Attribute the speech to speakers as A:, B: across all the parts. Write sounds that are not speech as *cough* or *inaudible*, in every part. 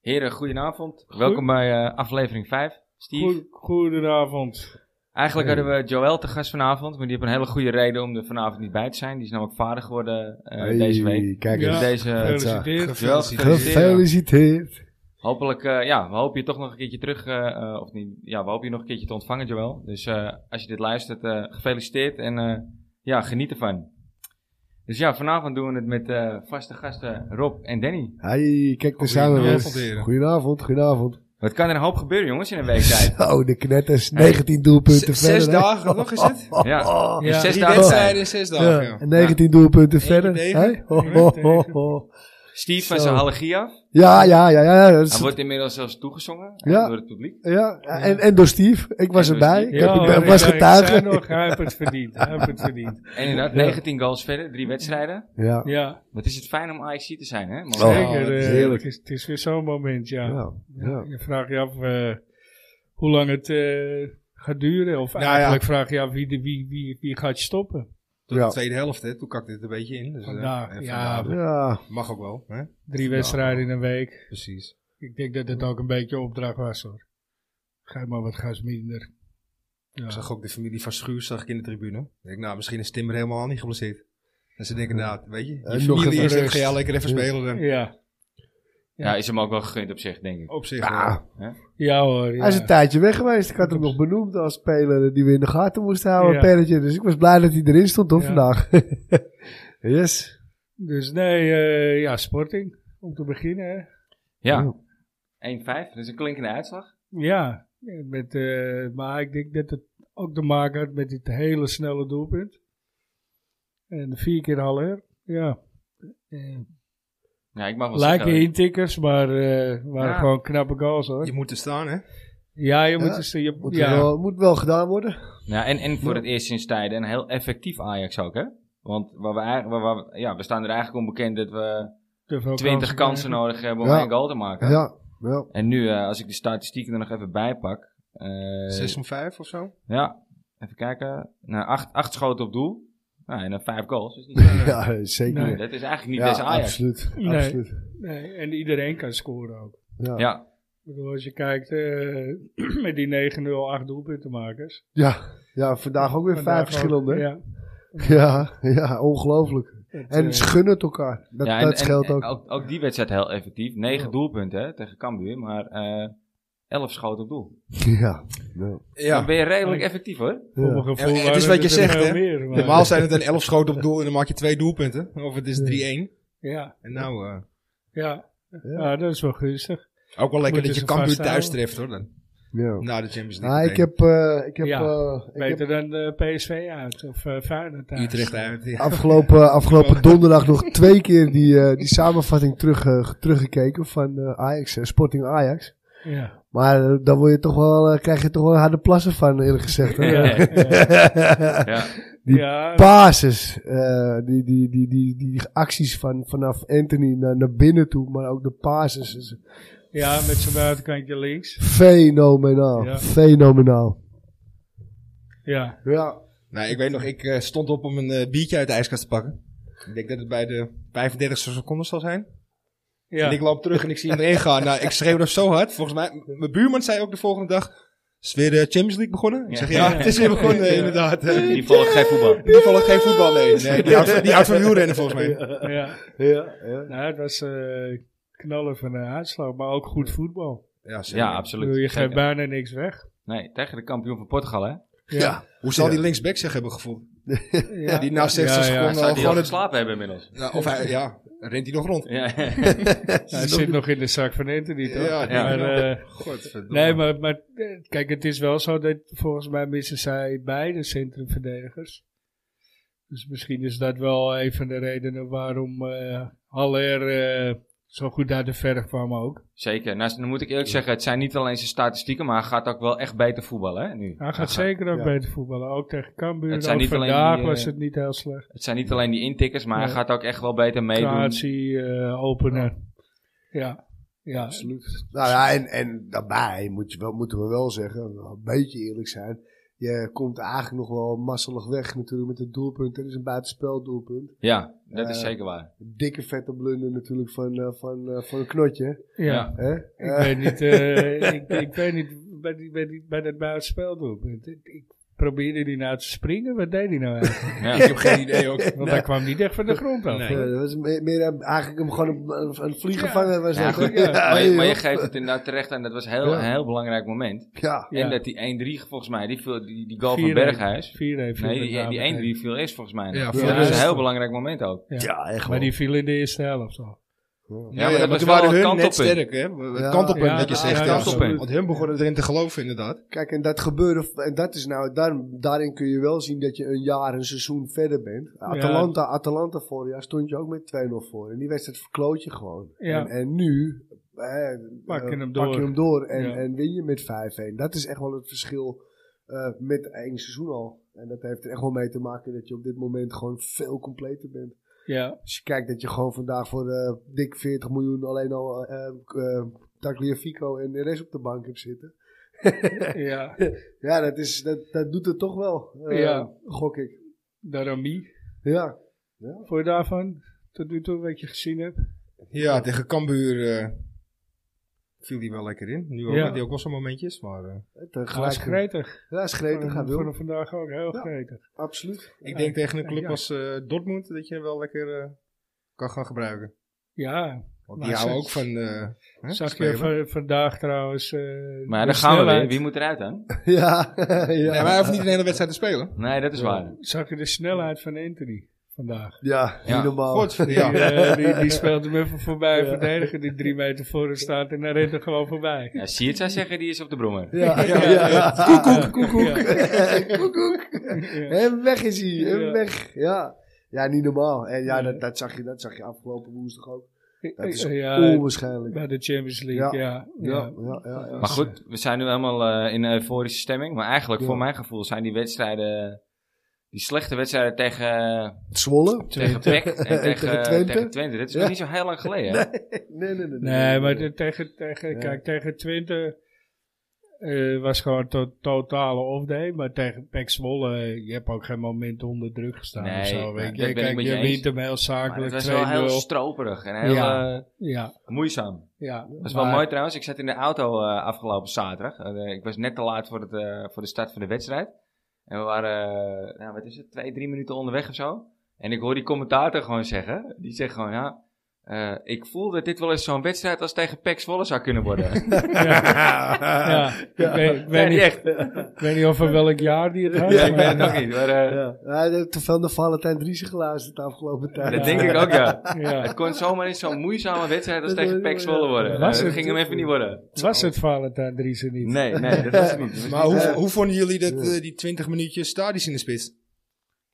A: Heren, goedenavond. Welkom bij eh, aflevering 5. Steve.
B: Goed- goedenavond.
A: Eigenlijk hadden we Joël te gast vanavond, maar die heeft een hele goede reden om er vanavond niet bij te zijn. Die is namelijk vader geworden eh,
C: Hey,
A: deze week.
C: Kijk
A: Dus
B: Ja.
C: eens.
A: deze,
B: Gefeliciteerd.
A: Joël, gefeliciteerd.
C: Gefeliciteerd.
A: Hopelijk, eh, ja, we hopen je toch nog een keertje terug, eh, eh, of niet, ja, we hopen je nog een keertje te ontvangen, Joël. Dus eh, als je dit luistert, eh, gefeliciteerd en eh, ja, geniet ervan. Dus ja, vanavond doen we het met eh, vaste gasten Rob en Danny.
C: Hey, kijk daar zijn we
B: Goedenavond,
C: weer.
B: heren.
C: Goedenavond, goedenavond.
A: Wat kan er een hoop gebeuren, jongens, in een week
C: *laughs*
A: tijd?
C: Zo, de knetters. 19 doelpunten verder.
D: Zes
C: hè?
D: dagen, nog
C: *laughs*
D: is het?
A: Ja.
B: Ja,
A: In zes
D: Drie
A: dagen tijd.
D: wedstrijden in zes
C: Ja,
D: dagen.
C: en 19 doelpunten verder.
D: tegen.
C: hè? Ho,
B: Ja,
C: ho, ho,
B: tegen.
C: ho.
A: Steve van
C: Zo.
A: zijn allergie af.
C: Ja, ja, ja, ja. ja, dat is-
A: Hij wordt inmiddels zelfs toegezongen eh,
C: Ja.
A: door het publiek.
C: Nou, ja. En, en door Steve. Ik was
A: door
C: erbij.
A: Steve.
C: Ik, heb,
B: Ja,
C: ik ben-
B: hoor,
C: was
B: ik- ik zei
C: getuige.
B: nog, Hij heeft het verdiend. Hij heeft het verdiend.
A: En inderdaad, 19 goals verder, drie wedstrijden.
C: Ja.
B: Ja,
A: Wat is het fijn om AXC te zijn, hè? man?
C: Oh,
B: zeker. eh,
C: heerlijk.
B: het, is, het is weer zo'n moment, ja.
C: Ja, ja.
B: Je vraagt je af eh, hoe lang het eh, gaat duren. Of
D: Nou ja.
B: eigenlijk vraag je af wie, de- wie, wie, wie gaat stoppen.
D: Tot
C: Ja.
D: de tweede helft, hè. Toen kakte het een beetje in. Dus, eh,
B: Vandaag,
D: eh,
B: ja.
D: vandaag.
C: Ja.
D: Mag ook wel, hè.
B: Drie wedstrijden in een week.
D: Precies.
B: Ik denk dat het ook een beetje opdracht was hoor. Ga maar wat gas minder. Ja.
D: Ik zag ook de familie van Schuur zag ik in de tribune. Ik denk, nou, misschien is Timber helemaal niet geblesseerd. En ze denken, nou, weet je,
C: nog
D: je familie
C: even
D: is er,
C: rust.
D: ga jij lekker even
C: Ja.
D: spelen dan.
B: Ja.
A: Ja, is hem ook wel gegund op zich, denk ik.
D: Op zich,
C: Ja.
D: wel.
B: ja hoor. Ja.
C: Hij is een tijdje weg geweest. Ik had hem nog benoemd als speler die we in de gaten moesten houden,
B: Ja.
C: Perretje. Dus ik was blij dat hij erin stond, hoor,
B: Ja.
C: vandaag. *laughs* yes.
B: Dus nee, eh, ja, sporting. Om te beginnen hè.
A: Ja.
C: Oh.
A: 1-5, dat is een klinkende uitslag.
B: Ja, met, eh, maar ik denk dat het ook te maken had met dit hele snelle doelpunt. En vier keer Haller. Ja. Eh,
A: Ja, ik mag wel
B: Lijken
A: zeggen.
B: intikkers, maar eh, waren
A: Ja.
B: gewoon knappe goals hoor.
D: Je moet er staan, hè.
B: Ja, je moet
C: Ja,
B: eens- je,
C: Moet,
B: ja.
C: wel, moet wel gedaan worden.
A: Ja, en, en voor het eerst sinds tijden een heel effectief Ajax ook, hè? Want waar we, eigenlijk, waar we, ja, we staan er eigenlijk onbekend dat we
B: te veel
A: 20 kansen
B: krijgen.
A: nodig hebben om
C: Ja.
A: één goal te maken.
C: Ja, wel.
A: En nu, eh, als ik de statistieken er nog even bij pak. eh,
D: Zes om vijf of zo.
A: Ja, even kijken. Nou, acht, acht schoten op doel. Nou, en dan vijf goals. Dus niet,
C: *laughs* Ja, zeker.
A: Nee, dat is eigenlijk niet
C: ja,
A: deze Ajax.
C: absoluut.
B: Nee.
C: absoluut.
B: Nee, en iedereen kan scoren ook.
C: Ja. Ja.
A: Ja,
B: Ik bedoel, als je kijkt eh, *clears throat* met die 9-0, 8 doelpuntenmakers.
C: Ja. vandaag ook weer
B: Vandaag
C: vijf
B: ook,
C: verschillende. Ja.
B: Ja.
C: Ja, ongelooflijk.
B: Het,
C: En
B: eh,
C: ze gunnen het elkaar. Dat,
A: ja,
C: dat scheelt
A: en
C: ook.
A: ook. Ook die wedstrijd heel effectief. Negen
C: Ja.
A: doelpunten hè, tegen Cambuur, maar eh elf schoten op doel.
C: ja. ja.
A: Dan
D: Ja.
A: ben je redelijk effectief hoor.
D: *laughs*
B: voor mijn
C: Ja.
B: gevoel
D: En het is
B: waren
D: wat je
B: er
D: zegt,
B: veel
D: hè?
B: meer, maar-
D: Normaal zijn het een elf schoten op doel en dan maak je twee doelpunten. Of het is 3-1.
B: Ja,
D: En nou, eh,
B: ja. ja, dat is wel gunstig.
D: ook wel
B: Moeten
D: lekker dat je
B: ze
D: Cambuur
B: vasthouden.
D: thuis treft, hoor. Dan.
C: Ja.
D: Na de Champions League.
C: Nou, ik
D: meteen.
C: heb, eh, ik heb,
B: Ja,
C: eh, ik heb
B: Beter dan eh, PSV uit of eh Feyenoord uit.
D: Utrecht uit. ja.
C: afgelopen, afgelopen donderdag nog twee keer die, eh, die samenvatting terug, eh, teruggekeken van eh, Ajax, eh, Sporting Ajax.
B: Ja.
C: Maar eh, daar word je toch wel, eh, krijg je toch wel harde plassen van, eerlijk gezegd. Hè?
B: Ja, ja.
A: Ja.
C: Die
B: Ja,
C: Basis, eh, die, die, die, die, die, acties van, vanaf Anthony naar, naar binnen toe, maar ook de passes. is
B: ja, met zijn buitenkantje links.
C: fenomenaal,
B: Ja.
C: fenomenaal.
B: Ja,
C: Ja,
D: Nou, ik weet nog, ik eh, stond op om een eh, biertje uit de ijskast te pakken. Ik denk dat het bij de 35 seconden zal zijn.
B: ja.
D: En ik loop terug en ik zie hem erin gaan. Nou, ik schreeuwde zo hard. Volgens mij, m- mijn buurman zei ook de volgende dag... Is weer de Champions League begonnen? Ik zeg, ja, het is weer begonnen,
B: Ja.
D: inderdaad. *laughs* In
A: Die volgt geen voetbal.
D: ieder geval geen voetbal, nee. nee die, houdt, van- die houdt van wielrennen, volgens mij.
B: ja.
C: ja, ja.
B: Nou, het was eh, knallen van een uitslag, maar ook goed voetbal.
D: Ja, zeker.
A: Ja,
B: Ik bedoel,
A: absoluut.
B: je geeft
A: Zeker.
B: bijna niks weg.
A: Nee, tegen de kampioen van Portugal hè.
C: Ja.
D: Hoe zal die linksback zich hebben gevoeld?
B: ja.
D: *laughs* Die na 60
B: Ja, ja.
A: Zou
D: seconden al
A: die al
D: gewoon... Het,
A: geslapen hebben inmiddels?
D: nou, of hij, ja, rent hij nog rond?
A: Ja.
B: Ja, het zit nog in de zak van Anthony, toch?
D: Ja,
B: Maar,
D: ja.
B: eh, nee, maar, maar eh, kijk, het is wel zo dat volgens mij missen zij beide centrumverdedigers. Dus misschien is dat wel een van de redenen waarom eh Haller eh, zo goed uit de verf kwam ook.
A: Zeker. Nou, dan moet ik eerlijk zeggen, het zijn niet alleen zijn statistieken, maar hij gaat ook wel echt beter voetballen hè, nu.
B: Hij gaat zeker ook
C: ja.
B: beter voetballen, ook tegen Cambuur.
A: Het zijn
B: Ook
A: niet alleen
B: vandaag
A: die, eh,
B: was het niet heel slecht.
A: Het zijn niet alleen die intikkers, maar hij
B: Nee.
A: gaat ook echt wel beter meedoen.
B: Creatie, eh opener. Ja, ja.
C: Absoluut. Nou ja, en, en daarbij moet je wel, moeten we wel zeggen, een beetje eerlijk zijn. Je komt eigenlijk nog wel masselig weg natuurlijk met het doelpunt. Dat is een buitenspeldoelpunt.
A: Ja, dat is
C: Eh,
A: zeker
C: *laughs*
A: waar.
C: Dikke vette blunder natuurlijk van, eh, van, eh, van een knotje.
B: Ja.
A: Ja.
C: Hè?
B: Ik,
C: Eh,
B: weet niet, eh, ik, ik weet niet, bij, die, bij, die, bij dat buitenspeldoelpunt. Ik, ik probeerde die nou te springen, wat deed hij nou
A: *laughs*
B: eigenlijk?
A: Ja.
D: Ik heb geen idee ook.
B: Want hij kwam niet echt van de grond af.
D: Nee.
C: ja, dat was meer, meer, eh, eigenlijk hem gewoon een, een vliegen
B: Ja.
C: vangen. Was
A: Ja,
C: dat,
A: goed,
C: hè? ja,
A: maar, je, maar je
C: joh.
A: geeft het inderdaad terecht en dat was heel,
C: Ja.
A: een heel belangrijk moment.
C: ja.
B: Ja.
A: En dat die 1-3 volgens mij, die, viel- die, die goal van
B: 4-1.
A: Berghuis.
B: 4-1 viel
A: Nee,
B: met
A: die,
B: name tegen.
A: die 1-3 viel eerst volgens mij. nog.
D: Ja,
A: Ja,
D: voor
A: dat
C: de
A: was een
C: rest.
A: heel belangrijk moment ook.
B: Ja.
C: Ja, echt
B: Maar
C: wel.
B: die viel in de eerste helft al.
A: Ja, maar dat was
D: toen
A: wel
D: waren
A: een
D: hun net
A: kantelpunt.
D: sterk, hè? Het
C: Ja.
D: kantelpunt
B: Ja,
D: dat je
B: ja,
D: zegt.
B: ja,
D: ja.
A: kantelpunt.
D: Want hun begonnen erin te geloven, inderdaad.
C: Kijk, en dat gebeuren, en dat is nou, daar, daarin kun je wel zien dat je een jaar, een seizoen verder bent. Atalanta, Atalanta vorig jaar stond je ook met 2-0 voor. En die wedstrijd verkloot je gewoon.
B: Ja.
C: En, en nu eh,
B: Pak je
C: eh,
B: hem
C: pak
B: door.
C: je hem door en,
B: Ja.
C: en win je met 5-1. Dat is echt wel het verschil eh, met één seizoen al. En dat heeft er echt wel mee te maken dat je op dit moment gewoon veel completer bent.
B: Ja,
C: Als je kijkt dat je gewoon vandaag voor eh, dik 40 miljoen alleen al eh eh, Tagliafico en de rest op de bank hebt zitten.
B: ja.
C: Ja, dat, is, dat, dat doet het toch wel, eh,
B: Ja.
C: gok ik.
B: Darami,
C: Ja.
B: voor je daarvan, tot nu toe wat je gezien hebt.
D: Ja, tegen Cambuur eh, viel die wel lekker in. Nu ook,
B: Ja.
D: had hij ook wel zo'n momentjes, maar... eh,
C: Het, eh,
B: Hij is
C: gelijk,
B: gretig.
C: ja, is gretig, gaat
B: Voor hem
C: wel.
B: vandaag ook, heel
C: Ja.
B: gretig.
C: Absoluut.
D: ik denk tegen een club
B: Ja.
D: als eh, Dortmund dat je hem wel lekker eh, kan gaan gebruiken.
B: Ja,
D: Want
B: Maar
D: die houden
B: ze-
D: ook van... eh, hè,
B: zag je
D: spelen.
B: van- vandaag trouwens. eh,
A: Maar
B: de
A: dan gaan we weer.
B: snelheid.
A: Wie moet eruit dan?
C: *laughs* Ja. ja.
D: Nee, maar hij hoeft niet een hele wedstrijd te spelen.
A: Nee, dat is waar.
B: Zag je de snelheid van Anthony vandaag?
C: ja, niet
A: Ja.
C: normaal.
D: Goed,
B: Die,
D: ja.
B: eh, die, die speelt hem even voorbij,
C: Ja.
B: verdediger die drie meter voor hem staat en hij rent er gewoon voorbij.
A: Ja, Siert zou zeggen, die is op de brommer.
C: Ja, ja, ja. Koekoek, koekoek. *laughs* Koekoek. En weg is hij, en
B: Ja.
C: weg. Ja. ja, niet normaal. En ja,
B: Nee.
C: dat, dat, zag je, dat zag je afgelopen woensdag ook. Dat is
B: Ja, ja,
C: onwaarschijnlijk.
B: bij de Champions League, ja.
C: Ja,
B: ja.
C: ja, ja, ja.
A: Maar goed, we zijn nu helemaal eh, in euforische stemming. Maar eigenlijk,
C: Ja.
A: voor mijn gevoel, zijn die wedstrijden... Die slechte wedstrijden tegen,
C: *laughs* Zwolle?
A: tegen PEC en tegen,
C: Tegen
A: tegen,
C: Twente.
A: Twente. dat is nog
C: Ja.
A: niet zo heel lang geleden. hè?
C: Nee, nee, nee.
B: Nee, maar de- tegen, tegen,
C: Ja.
B: kijk, tegen Twente eh, was gewoon to- totale off-day. Maar tegen Pek Zwolle, eh, je hebt ook geen moment onder druk gestaan
A: Nee,
B: of zo.
A: maar
B: Weet
A: dat
B: je.
A: ben ik
B: Kijk,
A: met
B: je
A: je eens.
B: wint hem heel
A: Maar het
B: zakelijk 2-0.
A: was wel heel stroperig en heel
B: Ja.
A: eh,
B: Ja,
A: moeizaam.
B: ja.
A: Dat is wel
B: Maar-
A: mooi trouwens. Ik zat in de auto eh, afgelopen zaterdag. Eh, ik was net te laat voor, het, eh, voor de start van de wedstrijd. En we waren, eh, nou, wat is het, twee, drie minuten onderweg of zo. En ik hoor die commentator gewoon zeggen. Die zegt gewoon, ja, eh, ik voel dat dit wel eens zo'n wedstrijd als tegen Pek Zwolle zou kunnen worden.
B: *laughs* Ja, Ik,
D: *laughs*
B: weet, ik
A: ja,
B: weet niet,
A: niet echt.
B: ik weet niet over welk jaar die het had.
A: Ja, ik
B: maar-
A: weet het ook niet. Maar, eh,
C: Ja, hij heeft te veel naar Valentijn Driessen geluisterd de afgelopen tijd.
A: Dat denk ik ook, ja.
B: ja.
A: *laughs* Het kon zomaar eens zo'n moeizame wedstrijd als
C: Dat
A: tegen
C: was-
A: Pek Zwolle worden.
B: Was
A: Eh,
B: het?
A: dat ging hem even niet worden.
B: Was het Valentijn Driessen niet?
A: Nee, nee, dat was het niet.
D: Maar hoe,
C: Ja.
D: hoe vonden jullie dat, eh, die 20 minuutjes stadies in de spits? Nou,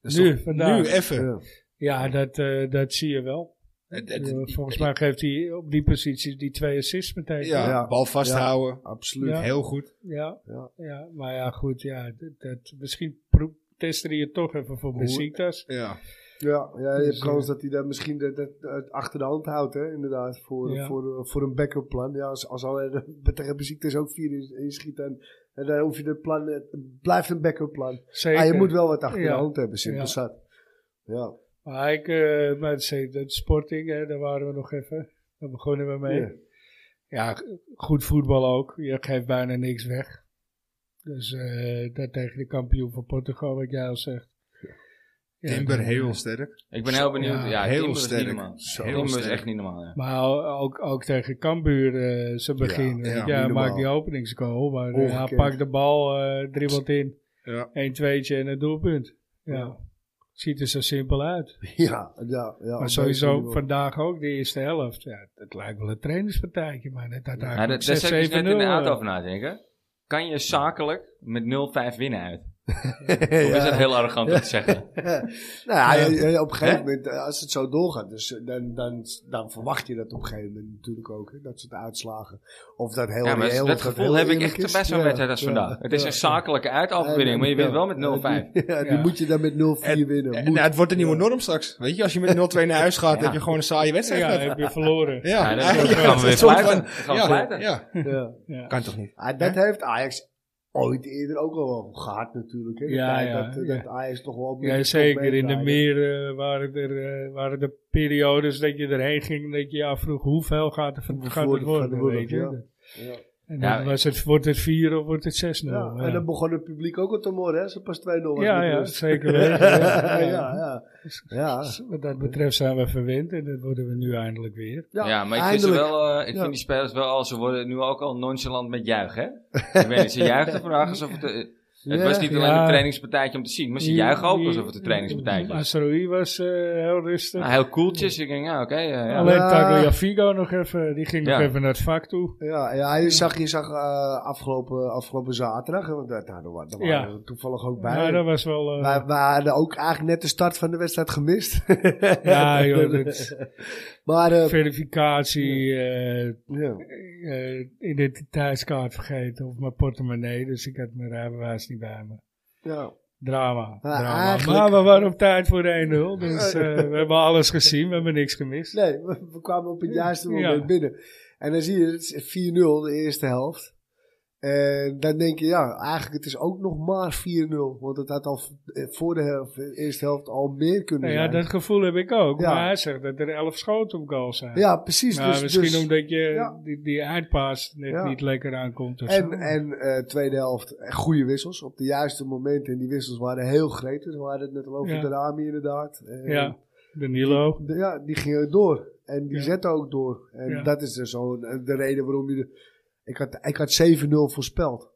D: Dat is
B: Nu,
D: toch-
B: vandaag.
D: Nu, even.
C: Ja.
B: Ja, dat, eh, dat zie je wel.
D: Het- het-
B: Eh, Volgens mij geeft hij op die positie die twee assists meteen.
D: ja,
C: Ja.
D: bal vasthouden.
C: Absoluut.
B: Ja.
D: Heel goed.
B: Ja,
C: Ja.
B: ja. maar ja, goed. Ja, dat, dat- misschien pro- testen die het toch even voor Besiktas.
C: Ah,
D: Ja.
C: Ja, ja je hebt
B: Dus, eh,
C: kans dat hij dat misschien dat, dat, het achter de hand houdt, hè, inderdaad, voor,
B: Ja.
C: voor, eh, voor een backup plan. Ja, als, als al *laughs* eh, tegen beziektes ook vier in- inschiet, en, en dan hoef je dat plan, het blijft een backup plan.
B: Zeker.
C: Ah, je moet wel wat achter de
B: Ja.
C: hand hebben, simpel
B: Ja.
C: zat. Ja. *laughs*
B: Maar ik, eh, maar zeker, dat sporting, hè, daar waren we nog even. Daar begonnen we mee.
C: Ja.
B: Ja. g- goed voetbal ook. Je geeft bijna niks weg. Dus eh, dat tegen de kampioen van Portugal, wat jij al zegt. Ja,
D: Timber
B: dat-
D: heel sterk.
A: Ik ben heel benieuwd.
B: Ja,
A: Ja,
D: heel
A: Timber is
D: sterk.
A: niet normaal.
D: Zo
A: Timber is
D: sterk.
A: echt niet normaal, ja.
B: Maar ook, ook tegen Cambuur eh, zijn begin.
D: Ja,
B: weet
D: ja,
B: je. Ja,
C: niet
B: hij
C: normaal.
B: maakt die openingsgoal. Maar eh, hij
C: Ongekend.
B: pakt de bal, eh dribbelt in.
D: Ja.
B: 1 tweetje en een doelpunt. Ja. Ziet er zo simpel uit.
C: Ja, ja, ja. op
B: maar
C: deze
B: sowieso
C: manier wel.
B: vandaag ook, de eerste helft. Ja, het lijkt wel een trainerspartijtje, maar net had
A: Ja,
B: eigenlijk
A: dat, daar zat ik dus
B: 6-7-0,
A: net in de auto
B: eh.
A: over nadenken. Kan je zakelijk met 0-5 winnen uit? Of is
C: *laughs* Ja.
A: dat heel arrogant om te zeggen?
C: nou ja, je- je- op een gegeven moment, eh, als het zo doorgaat, dus eh, dan, dan, dan verwacht je dat op een gegeven moment natuurlijk ook, hè, dat soort uitslagen. Of dat heel
A: Ja, maar
C: reëel,
A: dat
C: of
A: gevoel
C: heel
A: heb ik
C: eerlijk
A: echt
C: is.
A: bij zo'n
C: Ja,
A: wedstrijd als
C: ja,
A: vandaag. Het is
C: ja.
A: een zakelijke uitoverwinning, maar je wint wel met 0-5.
C: Ja, die
B: Ja.
C: moet je dan met 0-4 winnen.
D: En,
C: Moet.
D: nou, het wordt een nieuwe norm straks. Weet je, als je met 0-2 naar huis gaat,
A: Ja.
D: heb je gewoon een saaie wedstrijd.
B: Ja,
D: gehad.
B: heb je
D: *laughs*
B: verloren.
D: Ja,
A: Ja, dan
D: eigenlijk
A: gaan we weer
D: een soort
A: fluiten.
D: van-
A: Dan gaan we *laughs*
D: ja,
A: fluiten.
D: ja.
C: ja.
B: Ja.
D: Kan toch niet?
C: Ah, dat heeft Ajax ooit eerder ook al wel gehad natuurlijk. Hè? De
B: Ja,
C: tijd
B: ja,
C: dat,
B: ja.
C: dat Ajax toch wel...
B: Ja, zeker. In de meren waren, er, eh, waren er periodes dat je erheen ging en dat je je afvroeg hoeveel gaat er van-
C: Hoeveel
B: gaat het
C: gaat het
B: worden.
C: worden,
B: Weet je?
C: ja. Ja.
B: En
A: Ja,
B: dan was het, wordt het 4 of wordt het 6
C: Ja,
B: nou?
C: en dan begon het publiek ook al te morren, hè? Ze pas 2-0 was
B: Ja,
C: met
B: ja, *laughs*
C: rust. *laughs*
B: zeker weten, ja.
C: ja, ja. Ja.
B: Dus wat dat betreft zijn we verwend en dat worden we nu eindelijk weer.
A: Ja, maar ik, vind, ze
C: eindelijk.
A: wel, eh, ik
C: Ja.
A: vind die spelers wel al, ze worden nu ook al nonchalant met juichen. Hè? ik weet niet, ze juichten vandaag alsof het... eh, het
C: Ja,
A: was niet alleen
B: ja.
A: een trainingspartijtje om te zien, maar ze juichen ook alsof het een trainingspartijtje was.
B: Asroi was eh, heel rustig.
A: Nou, heel koeltjes. Ik denk, ja, oké. eh, ja.
B: Alleen
C: Ja.
B: Tagliafico nog even, die ging
A: Ja.
B: nog even naar het vak toe.
C: Ja, ja, je zag, je zag eh, afgelopen, afgelopen zaterdag, hè, want daar, daar wa- daar
B: Ja.
C: waren we toevallig ook bij.
B: Ja, dat was wel... eh,
C: wij, wij hadden ook eigenlijk net de start van de wedstrijd gemist. *laughs* Dus-
B: ja, joh, dat-
C: maar eh,
B: verificatie, eh
C: ja.
B: eh, identiteitskaart vergeten of mijn portemonnee, dus ik had mijn rijbewijs niet bij me.
C: Ja.
B: Drama.
C: Maar
B: drama.
C: eigenlijk-
B: Maar we waren op tijd voor de 1-0, dus eh, we hebben alles gezien, we hebben niks gemist.
C: Nee, we, we kwamen op het juiste
B: Ja.
C: moment binnen. En dan zie je, het is 4-0 de eerste helft. En dan denk je, ja, eigenlijk het is ook nog maar 4-0. Want het had al v- eh, voor de helft- de eerste helft al meer kunnen
B: Nou ja,
C: zijn.
B: dat gevoel heb ik ook.
C: Ja.
B: Maar hij zegt dat er 11 schoten op goal zijn.
C: ja, precies.
B: Nou,
C: dus,
B: misschien
C: dus-
B: omdat je
C: Ja.
B: die, die uitpaas net
C: Ja.
B: niet lekker aankomt. Of
C: En,
B: zo.
C: en eh, tweede helft, eh, goede wissels op de juiste momenten. En die wissels waren heel gretig. We hadden het net al over
B: Ja.
C: de Rami inderdaad. En
B: ja, Danilo.
C: de- ja, die gingen door. En die
B: Ja.
C: zetten ook door. En
B: Ja.
C: dat is dus zo de reden waarom je... De, ik had, ik had 7-0 voorspeld.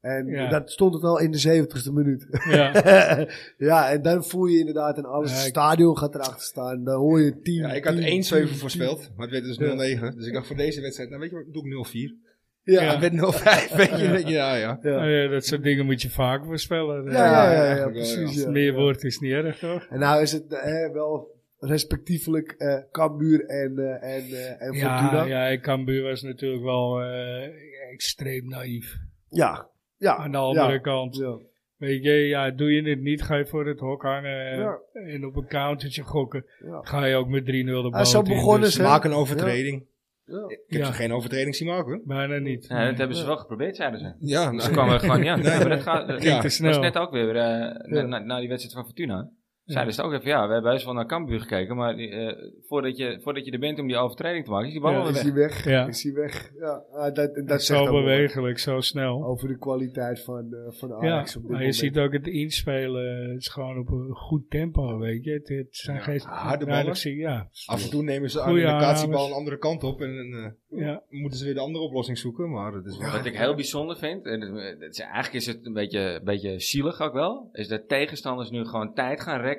C: En
B: Ja.
C: dat stond het al in de 70ste minuut. *laughs*
B: Ja.
C: ja, en dan voel je inderdaad en alles.
B: Ja,
C: het
B: ik-
C: stadion gaat erachter staan. Dan hoor je 10.
D: Ja, ik had
C: 10,
D: 1-7
C: 10,
D: voorspeld, maar het werd dus 0-9. Dus ik dacht voor deze wedstrijd, nou weet je wat, doe ik 0-4.
C: 10. Ja,
D: Ja,
C: ja.
D: het werd 0-5, weet je.
B: Ja.
D: weet je, Ja, ja.
C: Ja.
B: Nou ja, dat soort dingen moet je vaak voorspellen.
C: Ja, ja, ja,
D: eigenlijk wel,
C: precies.
D: ja.
C: ja.
B: Meer woord is niet erg, toch?
C: En nou is het eh, wel respectievelijk eh Cambuur en, eh en, eh en Fortuna.
B: Ja,
C: Ja,
B: ja, Cambuur was natuurlijk wel eh, extreem naïef.
C: ja.
B: Aan de andere
C: ja.
B: kant.
C: Ja.
B: Weet je, ja, doe je het niet, ga je voor het hok hangen en,
C: Ja.
B: en op een countertje gokken.
C: Ja.
B: Ga je ook met 3-0 de
C: Ah,
B: boot
C: zo
B: in,
C: begonnen
B: dus
C: ze.
D: Ze maken een overtreding.
C: Ja.
D: Ik heb
B: Ja.
D: ze geen overtreding zien maken. hoor.
B: Bijna niet.
A: Ja, dat hebben ze wel geprobeerd, zeiden ze.
D: Ja,
A: Ze
D: nou,
A: kwamen er gewoon niet aan. Maar dat gaat, dat
D: Ja.
B: Ging te
A: was
B: snel.
A: net ook weer eh, na,
C: Ja.
A: na- na die wedstrijd van Fortuna.
B: Ja.
A: Zeiden ze ook even, ja, we hebben best wel naar Cambuur gekeken, maar eh, voordat, je, voordat je er bent om die overtreding te maken, is die bal
B: Ja,
A: al
C: Is
A: weg.
C: hij weg?
B: Ja.
C: Is hij weg? Ja, ah, dat, dat, zegt
B: zo
C: ook wel
B: bewegelijk, zo snel.
C: wat over de kwaliteit van, eh van
B: ja,
C: Ajax op
B: maar
C: dit
B: je
C: moment.
B: ziet ook het inspelen. Het is gewoon op een goed tempo, weet je. Het, het zijn
D: Ja,
B: geen
D: harde
B: nou, dat
D: ballen.
B: zie je, Ja,
D: Af en toe nemen ze
B: Goeie
D: communicatiebal
B: aannames.
D: een andere kant op en eh,
B: ja.
D: moeten ze weer de andere oplossing zoeken. Maar het is wel...
A: Wat ik heel bijzonder vind, en het- het is- eigenlijk is het een beetje, een beetje zielig ook wel, is dat tegenstanders nu gewoon tijd gaan
B: *laughs*
A: rekken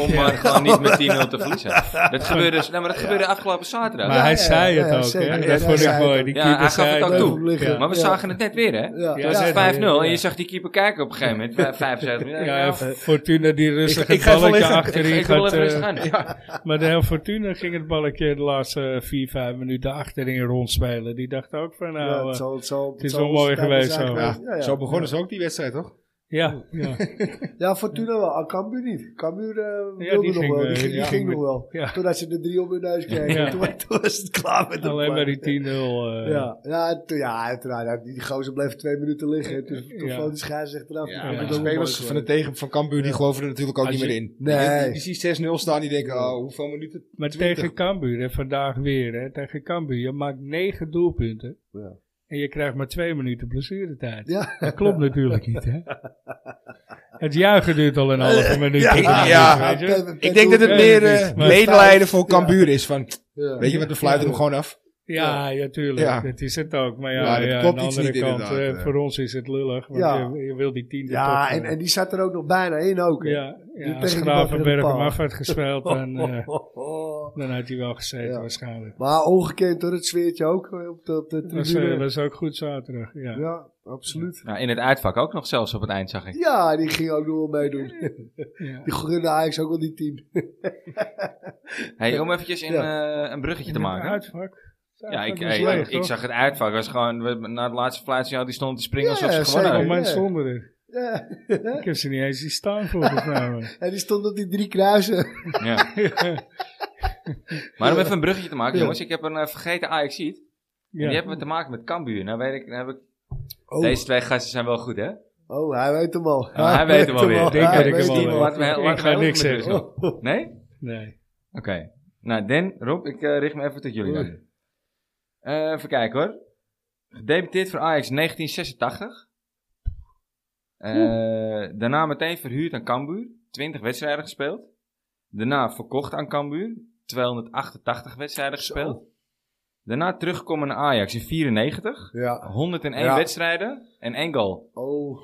A: om maar gewoon niet met 10-0 te verliezen. Dat gebeurde, nou, maar dat gebeurde afgelopen zaterdag.
B: Maar
C: Ja,
B: hij
C: ja,
B: zei
C: ja,
B: het
C: ja,
B: ook,
C: zeker.
B: hè.
C: Ja,
B: Dat
C: hij
B: vond ik
C: zei
B: mooi.
C: het
B: Die
A: ook. Ja,
B: keeper
A: hij gaf
B: zei
A: het ook
B: het
A: toe.
B: ook.
C: Blijf liggen.
B: Ja.
A: maar we
C: ja.
A: zagen het net weer, hè?
C: Ja,
B: Ja,
A: Het was
B: ja,
A: 5-0 en je
B: ja.
A: zag die keeper kijken op een gegeven moment, bij 75. Ja,
B: Ja,
A: nou,
B: Fortuna die rustig
D: Ik- ik
B: het
D: ga even
B: balletje
D: liggen.
A: ik,
B: achterin
A: ik wil
B: gaat...
A: even rustig
B: eh,
A: aan.
B: Maar de heel Fortuna ging het balletje de laatste 4, 5 minuten achterin rondspelen. Die dacht ook van nou...
C: Ja, het,
B: eh,
C: zal, het, zal, het
B: is
C: zal
B: wel
C: onze
B: mooi
C: tijd
B: geweest
C: zijn
B: zo.
C: geweest. Ja, ja.
D: Zo begonnen ze ook die wedstrijd, toch?
B: ja, ja,
C: Ja, Fortuna wel. Ah, Cambuur niet. Cambuur eh,
B: die
C: wilde nog
B: ging,
C: wel.
B: eh,
C: Die, ging- die
B: ja.
C: ging nog wel.
B: Ja.
C: Totdat ze de drie op hun neus kregen.
B: Ja.
C: *laughs* Toen, toen was het klaar met de
B: alleen
C: plan.
B: maar die 10-0. eh,
C: Ja, ja, t- ja uiteraard. Ja, Die gozer bleef twee minuten liggen. En toen toen
B: Ja.
C: vloot de scheidsrechter af.
D: Ja,
B: maar
D: maar
B: de
D: de spelers van de tegen van Cambuur die geloven er natuurlijk ook
B: Als
D: niet
B: je-
D: meer in.
C: Nee.
D: Die, die, die zien 6-0 staan die denken, oh, hoeveel minuten?
B: Maar
D: 20.
B: tegen Cambuur, hè, vandaag weer, hè, tegen Cambuur, je maakt negen doelpunten.
C: Ja.
B: En je krijgt maar twee minuten blessuretijd.
C: Ja.
B: Dat klopt natuurlijk niet, hè? Het juichen duurt al een halve minuut.
D: ja,
B: weet je.
D: Ik denk dat het meer eh,
B: Maar-
D: medelijden voor Cambuur is. Van,
C: Ja.
D: weet je wat, we fluiten hem gewoon af.
B: Ja, ja, tuurlijk.
D: Ja.
B: Dat is het ook. Maar ja,
D: Ja,
C: Nou,
B: ja,
D: dat
B: aan
D: klopt
B: de
D: iets
B: andere
D: niet
B: kant,
D: inderdaad,
B: eh,
D: eh.
B: voor ons is het lullig. Want
C: Ja.
B: je, je wil die tiende
C: Ja,
B: toch,
C: en,
B: eh,
C: en die zat er ook nog bijna in ook. hè.
B: ja, ja,
C: die
B: als
C: tegen die bal tegen
B: Gravenberg
C: de
B: hem
C: paal.
B: af had
C: *laughs*
B: gespeeld, dan, eh,
C: Oh.
B: dan had hij wel gezeten
C: Ja.
B: waarschijnlijk.
C: Maar ongekend hoor, het zweertje ook eh, op de, op de
B: Dat was, eh,
C: tribune.
B: was ook goed zaterdag, ja.
C: ja, absoluut.
A: Nou, in het uitvak ook nog zelfs op het eind zag ik.
C: Ja, die ging ook nog wel meedoen.
B: ja.
C: Die gunde Ajax ook wel die team.
A: Hey, om eventjes in, eh, een bruggetje te
B: En het
A: maken.
B: Uitvak. Het
A: Ja, ik,
B: uitvak was
A: hey,
B: leeg,
A: ik, ik
B: toch?
A: zag het uitvak. was gewoon, we- na de laatste fluitsignaal, die stonden te springen
C: Ja,
A: alsof ze
C: ja,
A: gewonnen
C: zeker.
B: Oh,
A: hadden.
B: mijn zonder
C: Ja.
B: er.
C: Ja.
B: Ik heb ze niet eens zien staan volgens
A: *laughs*
B: mij.
C: En die stond op die drie kruisen.
A: Ja. Maar om even een bruggetje te maken,
C: Ja.
A: jongens. Ik heb een eh, vergeten ajax En
B: Ja.
A: die hebben we te maken met Cambuur. Nou, weet ik, nou heb ik
C: Oh,
A: Deze twee gasten zijn wel goed, hè?
C: oh hij weet hem al.
A: Nou, hij weet hem alweer.
C: al.
A: Ik denk
C: Hij
A: dat
B: ik
C: weet
B: hem al
C: al.
B: weet.
A: Laten we,
B: Ik
A: laten we
B: ga
A: heel
B: niks
A: goed met
B: zeggen.
A: rust doen. Nee? Oké.
B: Nee.
A: Nou, Den, Rob, ik eh, richt me even tot jullie dan. Eh, even kijken hoor. Gedebuteerd voor Ajax 1986. Eh, daarna meteen verhuurd aan Cambuur. 20 wedstrijden gespeeld. Daarna verkocht aan Cambuur. 288 wedstrijden
C: Zo.
A: gespeeld. Daarna teruggekomen naar Ajax in 94.
C: Ja.
A: 101
C: Ja.
A: wedstrijden en één goal.
C: Oh.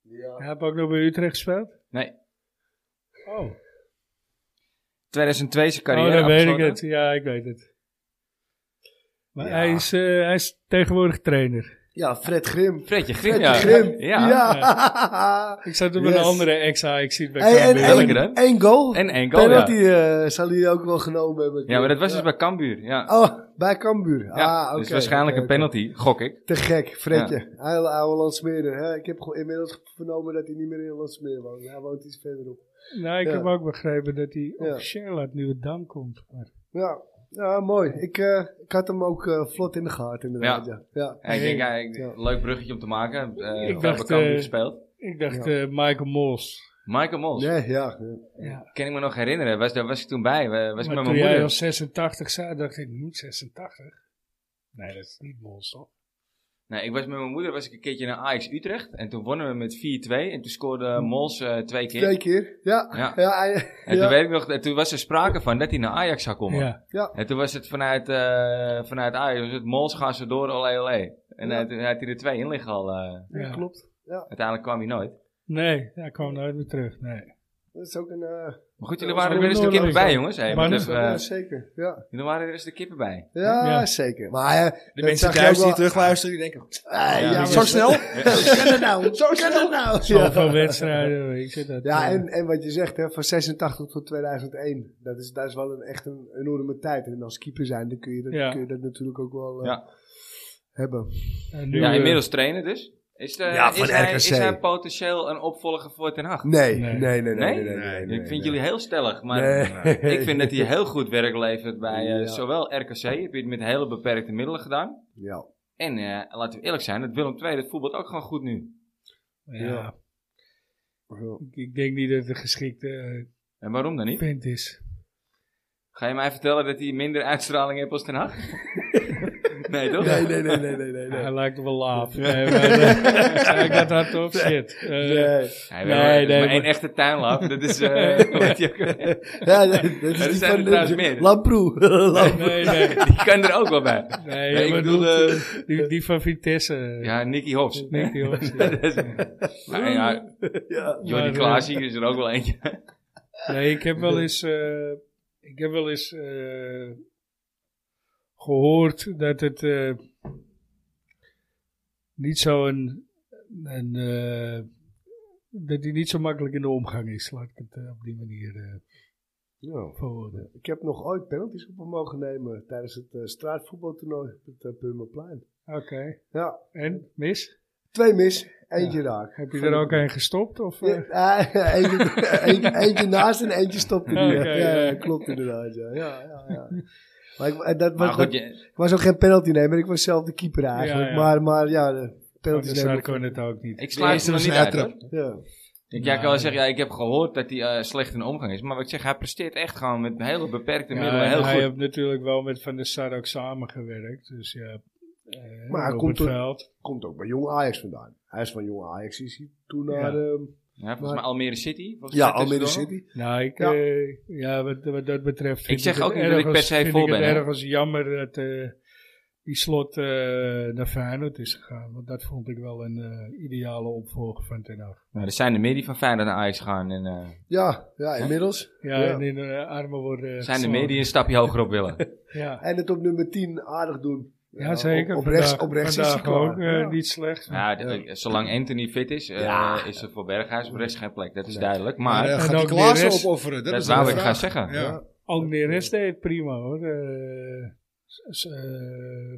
C: Ja.
B: Hij heeft ook nog bij Utrecht gespeeld?
A: Nee.
B: Oh,
A: 2002 zijn carrière
B: oh dan weet ik
A: afgesloten.
B: het. Ja, ik weet het. Maar
C: Ja.
B: hij, is, eh, hij is tegenwoordig trainer.
C: ja, Fred Grim.
A: Fredje Grim,
C: Fred
A: ja.
C: Grim.
A: Ja.
C: ja.
B: Ik zat op
C: Yes.
B: een andere ex-Ajax bij
C: Hey, en
B: KNVB.
A: Elke dan?
C: één, één goal.
A: En één goal,
C: Penalty
A: ja.
C: eh, zal hij ook wel genomen hebben.
A: Ja, maar dat was dus bij Cambuur, ja.
C: Oh, bij Cambuur.
A: Ja,
C: ah, oké.
A: dus waarschijnlijk
C: oké,
A: een penalty, gok ik.
C: Te gek, Fredje. Oude oude Landsmeerder. Hè? Ik heb gewoon inmiddels vernomen dat hij niet meer in Landsmeer woont. Hij woont iets verderop.
B: Nou, ik
C: Ja.
B: heb ook begrepen dat hij
C: Ja.
B: officieel uit Nieuwe-Dam komt. Maar
C: Ja, ja mooi. Ik, eh, ik had hem ook eh, vlot in de gaten inderdaad. Ja. Ja.
A: Ja, ik denk, ja, ik-
C: Ja.
A: leuk bruggetje om te maken. Eh
B: Ik
A: ik
B: dacht,
A: bij Cambuur
B: eh,
A: gespeeld.
B: ik dacht
C: Ja.
B: eh, Michael Mols.
A: Michael Mols,
C: Nee, ja. ja.
B: Ja.
A: kan ik me nog herinneren. Was, daar was ik toen bij, wa- was ik
B: Maar
A: met
B: toen
A: mijn
B: jij al
A: moeder.
B: 86 zei, dacht ik, niet 86. Nee, dat is niet Mols, toch?
A: Nee, ik was met mijn moeder was ik een keertje naar Ajax Utrecht. En toen wonnen we met 4-2. En toen scoorde Mols eh, twee keer.
C: Twee keer. Ja.
A: Ja.
C: Ja, hij-
A: En toen
C: ja.
A: weet ik nog, en toen was er sprake van dat hij naar Ajax zou komen.
B: Ja.
A: En toen was het vanuit, eh, vanuit Ajax, was het Mols gaan ze door, olé olé. En
C: Ja.
A: eh, toen had hij er twee in liggen al. eh.
C: Ja,
B: Ja.
C: klopt.
A: uiteindelijk kwam hij nooit.
B: Nee, hij kwam nooit meer terug. Nee.
C: Dat is ook een... eh,
A: Maar goed, jullie
C: Ja,
A: waren er
B: we
A: weer eens de
B: hebben
A: kippen bij,
B: nooit-
A: jongens. Hey,
B: Maar
A: moet
B: dat-
A: even,
C: ja,
A: eh,
C: zeker. Ja.
A: jullie waren er eens de kippen bij.
C: Ja,
B: Ja.
C: zeker. Maar eh,
D: De
C: dat
D: mensen
C: zag je
D: thuis
C: ook
D: die
C: wel-
D: terugluisteren, die denken,
C: Ah,
A: Ja,
C: ja,
A: maar
D: zo snel?
C: Zo kan het nou? Zo kan het nou?
B: Zoveel
C: Ja.
B: wedstrijden, weet je. Dat,
C: Ja,
B: eh,
C: en, en wat je zegt, hè, van 86 tot 2001, dat is, dat is wel een, echt een enorme tijd. En als keeper zijn, dan kun je dat,
B: Ja.
C: kun je dat natuurlijk ook wel eh,
A: Ja.
C: hebben.
B: en nu,
A: Ja,
B: eh,
A: inmiddels trainen dus. Is, eh,
C: Ja, van
A: is, hij,
C: RKC.
A: is hij potentieel een opvolger voor Ten Hag?
C: Nee,
B: Nee.
C: nee, nee, nee.
A: Nee?
C: nee, nee, nee,
A: ik
C: nee,
A: vind
C: nee.
A: jullie heel stellig, maar
C: Nee.
A: *laughs* ik vind dat hij heel goed werk levert bij eh,
C: Ja.
A: zowel RKC, heb je het met hele beperkte middelen gedaan.
C: *laughs* Ja.
A: En eh, laten we eerlijk zijn, dat Willem II dat voetbalt ook gewoon goed nu.
B: eh, ja,
C: Ja.
B: ik- Ik denk niet dat het een geschikte eh,
A: En waarom dan niet?
B: vent is.
A: Ga je mij vertellen dat hij minder uitstraling heeft als Ten Hag? *laughs* nee, toch?
C: Nee, nee, nee, nee, nee,
A: *laughs*
C: nee. nee.
B: Hij lijkt wel laaf. Nee, maar, eh, zei ik dat hardop? Shit. Eh,
C: Nee.
A: Hij
B: Nee,
A: nee, maar
B: nee, maar-
A: één echte
C: *laughs*
A: tuinlap. Dat is... eh, *laughs* hoe heet die ook alweer?
C: Ja, nee, dat is
A: er
C: die
A: zijn er
C: van
A: trouwens
C: de
A: meer.
D: *laughs*
C: Lamproe.
D: Oh.
C: Lam-
B: Nee, nee.
A: die kan er ook wel bij.
B: Nee,
A: Nee, ik
B: maar
A: bedoel...
B: doe-
A: eh,
B: die, die van Vitesse. eh, Ja.
A: ja, Nicky Hofs.
B: Nicky Hofs,
A: *laughs*
B: ja.
A: Dat is- maar Nou ja,
C: Ja.
A: Jordi
B: Maar, eh,
A: Klaasie is er ook wel eentje.
B: Nee, ik heb wel eens, eh, ik heb wel eens eh, gehoord dat het eh, niet zo een, een eh, dat hij niet zo makkelijk in de omgang is. Laat ik het eh, op die manier eh
C: Ja.
B: verwoorden.
C: Ik heb nog ooit penalties op hem mogen nemen tijdens het eh, straatvoetbaltoernooi op het eh, Purmerplein.
B: Oké.
C: Ja,
B: En mis?
C: twee mis, eentje raak.
B: Heb je er ook een gestopt? Of, eh?
C: Ja, eh, *laughs* eentje, eentje, eentje naast en eentje stopte die.
B: Oké,
C: ja,
B: ja.
C: ja, klopt inderdaad. Ja, ja, ja. ja. *laughs* Maar ik, eh, dat,
A: Maar
C: was-
A: goed,
C: dat-
A: je,
C: ik was ook geen penalty nemer, ik was zelf de keeper eigenlijk.
B: Ja, ja.
C: Maar, maar ja, de
B: Oh,
C: penalty
B: dus daar
C: nemen.
B: kon het ook niet.
A: ik sluit
D: eerste
A: hem nog
D: was
A: niet
D: een
A: uit.
D: uittrap.
A: hoor.
C: Ja.
A: Ik, ja, ik kan wel zeggen, ja, ik heb gehoord dat hij eh, slecht in de omgang is. Maar wat ik zeg, hij presteert echt gewoon met hele beperkte
B: Ja,
A: middelen
B: en
A: heel
B: hij
A: goed.
B: heeft natuurlijk wel met Van der Sar ook samengewerkt. Dus ja, eh,
C: Maar hij
B: op
C: komt
B: het
C: er-
B: veld.
C: Komt ook bij Jong Ajax vandaan. Hij is van Jong Ajax, is hij toen
B: Ja.
C: naar ehm,
A: Ja, volgens mij
C: maar-
A: Almere City. volgens
C: ja,
A: mij
C: Almere
A: tussendoor.
C: City.
B: Nou, ik,
C: Ja.
B: ja. ja, wat, wat dat betreft. vind
A: zeg
B: het
A: ook niet dat ik per
B: ergens-
A: se
B: vind
A: voor
B: ik het
A: ben, hè.
B: ergens jammer dat eh, die slot eh, naar Feyenoord is gegaan. Want dat vond ik wel een eh, ideale opvolger van Ten Hag.
A: Nou, er zijn er meer die van Feyenoord naar Ajax gaan. En, eh,
C: Ja, ja, inmiddels.
B: Ja,
C: Ja.
B: en in de armen worden. eh,
A: er zijn er
B: geslagen.
A: meer die een stapje hoger op willen.
B: Ja.
C: En het op nummer 10 aardig doen.
B: Ja, zeker.
C: Op, op rechts,
B: Vandaag-
C: op rechts is hij
B: vandaag
C: klaar.
B: ook eh,
C: Ja.
B: niet slecht.
A: Ja, d- eh, zolang Anthony fit is, eh,
C: Ja.
A: is er voor Berghuis op rechts geen plek. Dat is
C: Nee.
A: duidelijk. Maar
D: maar eh,
B: en
D: gaat
B: ook
D: die
B: de
D: Klaassen
B: rest-
D: opofferen? Dat,
A: dat
D: is
A: wou
D: de
A: ik gaan
D: vraag.
A: zeggen.
D: Ja.
C: Ja.
B: Ook de rest deed het prima hoor. Eh, s- eh,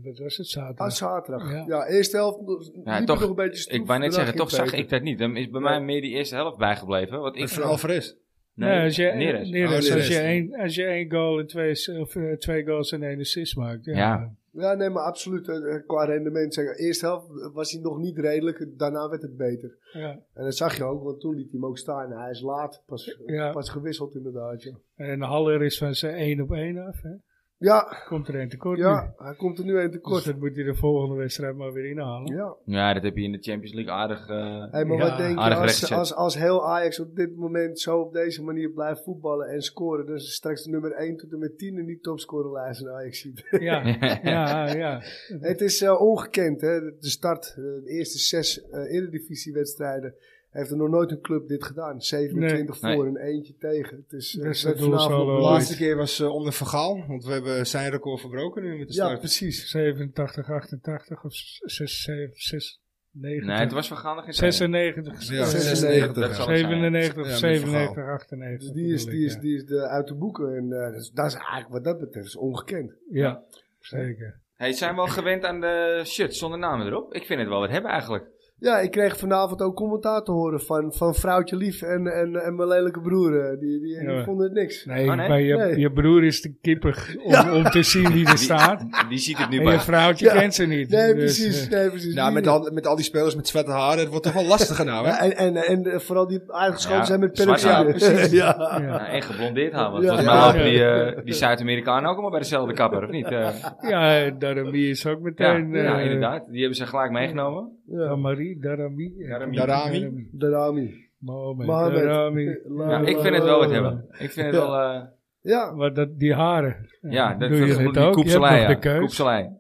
B: wat was het
C: Ah,
B: zaterdag?
C: zaterdag.
B: Ja.
C: Ja. eerste helft
A: Ja,
C: liep
A: toch-
C: toch, nog een beetje stroef.
A: Ik wou net
C: Daarna
A: zeggen,
C: ging
A: toch zag
C: beter.
A: ik dat niet. Dan is bij
C: Nee.
A: mij meer die eerste helft bijgebleven. Wat ik
D: Van Alvarez.
A: Nee,
B: Nee, als je,
A: Neres.
B: Neres,
D: Oh,
B: als,
D: Neres.
B: je één, als je één goal en twee, ass- of, eh, twee goals en één assist maakt. Ja,
A: Ja.
C: Ja, nee, maar absoluut. eh, Qua rendement, zeg, eerste helft was hij nog niet redelijk, daarna werd het beter.
B: Ja.
C: En dat zag je ook, want toen liet hij hem ook staan. Hij is laat pas,
B: Ja.
C: pas gewisseld inderdaad. Ja,
B: En Haller is van zijn 1 op 1 af. Hè.
C: ja,
B: Komt er één tekort nu.
C: ja hij komt er nu een
B: Dus
C: tekort.
B: dat moet hij de volgende wedstrijd maar weer inhalen.
C: Ja.
A: Ja, dat heb je in de Champions League aardig... eh,
C: Hey, maar
B: Ja.
C: wat denk je,
A: Aardig
C: als,
A: rechtgezet.
C: als, als heel Ajax op dit moment zo op deze manier blijft voetballen en scoren, dan is straks de nummer 1 tot en met 10 in die topscorerlijst van Ajax ziet.
A: *laughs*
B: Ja, ja, ja.
C: Het is eh, ongekend, hè? de de start, eh, de eerste zes eh eredivisiewedstrijden, heeft er nog nooit een club dit gedaan. 27
A: Nee.
C: voor en eentje tegen. Het is, eh,
B: Dat is
C: het
B: het doel
C: vanavond
B: zo,
C: op
D: De
B: eh,
C: laatste-
D: laatste keer was eh, onder Vergaal, want we hebben zijn record verbroken nu met de
C: Ja,
D: start.
C: precies.
B: 87, 88 of 6, 7, 6, 90.
A: nee, het was van Gaal nog geen trainer.
B: 96.
D: Ja,
C: 96.
A: Dat zal het zijn.
B: 97,
D: Ja, met
B: 97,
D: verhaal.
B: 98.
C: Dus die is,
B: bedoel
C: die
B: ik,
C: is, die is de, uit de boeken. En eh, dat is- dat is eigenlijk wat dat betreft is ongekend.
B: ja. Ja, zeker.
A: Hey, zijn we al gewend aan de shirts zonder namen erop? Ik vind het wel wat hebben eigenlijk.
C: Ja, ik kreeg vanavond ook commentaar te horen van, van vrouwtje Lief en, en, en mijn lelijke broer. eh, Die, die, die
B: Ja.
C: vonden het niks.
B: Nee,
A: Oh, nee?
B: Maar je,
C: Nee.
B: je broer is te kippig om, om te zien wie er staat.
A: *laughs* Die ziet het nu
B: En
A: bij.
B: je vrouwtje
C: Ja.
B: kent ze niet. Dus,
C: Nee, precies.
B: eh,
C: nee, precies.
D: Nou,
C: Die-
D: met al, met al die spelers met zwarte haren, het wordt toch wel lastiger nou, hè?
C: Ja, en, en, en eh, vooral die aangeschoten
A: Ja,
C: zijn met
A: zwart
C: peroxide.
A: haar, precies.
C: *laughs* ja.
A: Ja,
B: ja.
A: en geblondeerd haar. Want
C: Ja.
A: volgens mij
D: Ja.
A: lopen die, eh, die Zuid-Amerikanen ook allemaal bij dezelfde kapper, of niet? Eh,
B: ja, Darami is ook
A: ja,
B: meteen...
A: ja,
B: eh,
A: inderdaad. Die hebben ze gelijk meegenomen.
B: Damari, Darami. eh,
A: Darami.
D: Darami.
C: Darami.
B: Mohamed,
C: Mohamed.
B: Darami.
A: Ja, ik vind het wel wat hebben. Ik vind het
C: Ja.
A: wel... eh,
C: Ja,
B: Maar dat, die haren.
A: ja, dat
B: Doe je
A: dat-
B: dit
A: die
B: ook?
A: koepselij.
B: Je hebt nog
A: ja.
B: de keus.
A: Koepselij.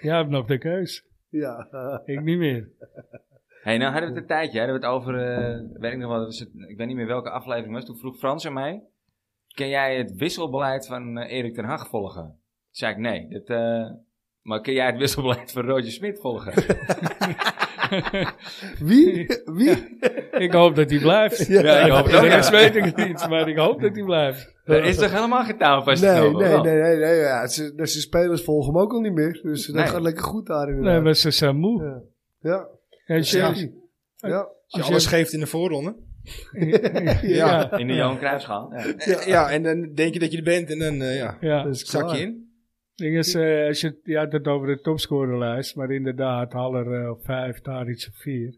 B: Jij hebt nog de keus.
C: ja.
B: Ik niet meer.
A: Hey, nou hadden we het
C: Oh.
A: een tijdje. Hadden we het over... eh, weet ik, nog wel, dat was het- ik weet niet meer welke aflevering het was. Toen vroeg Frans aan mij... Ken jij het wisselbeleid van eh, Erik ten Hag volgen? Toen zei ik nee. Dat, eh, maar ken jij het wisselbeleid van Roger Smit volgen?
C: *laughs* Wie? Wie?
B: Ik hoop dat hij blijft.
C: Ja,
A: ik hoop
B: *laughs*
A: het ook,
B: De
A: ja.
B: rest weet ik het niet, maar ik hoop dat hij blijft.
A: Er is toch helemaal geen taal vast
C: Nee, nee, nee, nee. nee ja. Ze, de, ze spelers volgen hem ook al niet meer. Dus dat
A: Nee.
C: gaat lekker goed daar inderdaad.
B: Nee, maar ze zijn moe.
C: Ja. Ja.
B: Als je-
C: Ja.
B: als je-
C: Ja.
D: Als je alles geeft in de voorronde.
B: ja,
A: In de Johan Cruijffschaal. Ja.
D: Ja. en dan denk je dat je er bent en dan eh, ja,
B: ja.
C: Dat is
D: zak
C: klaar.
D: je in.
B: Ding is, eh, als je, je had het over de topscorerlijst, maar inderdaad, Haller eh, op vijf, daar iets op vier.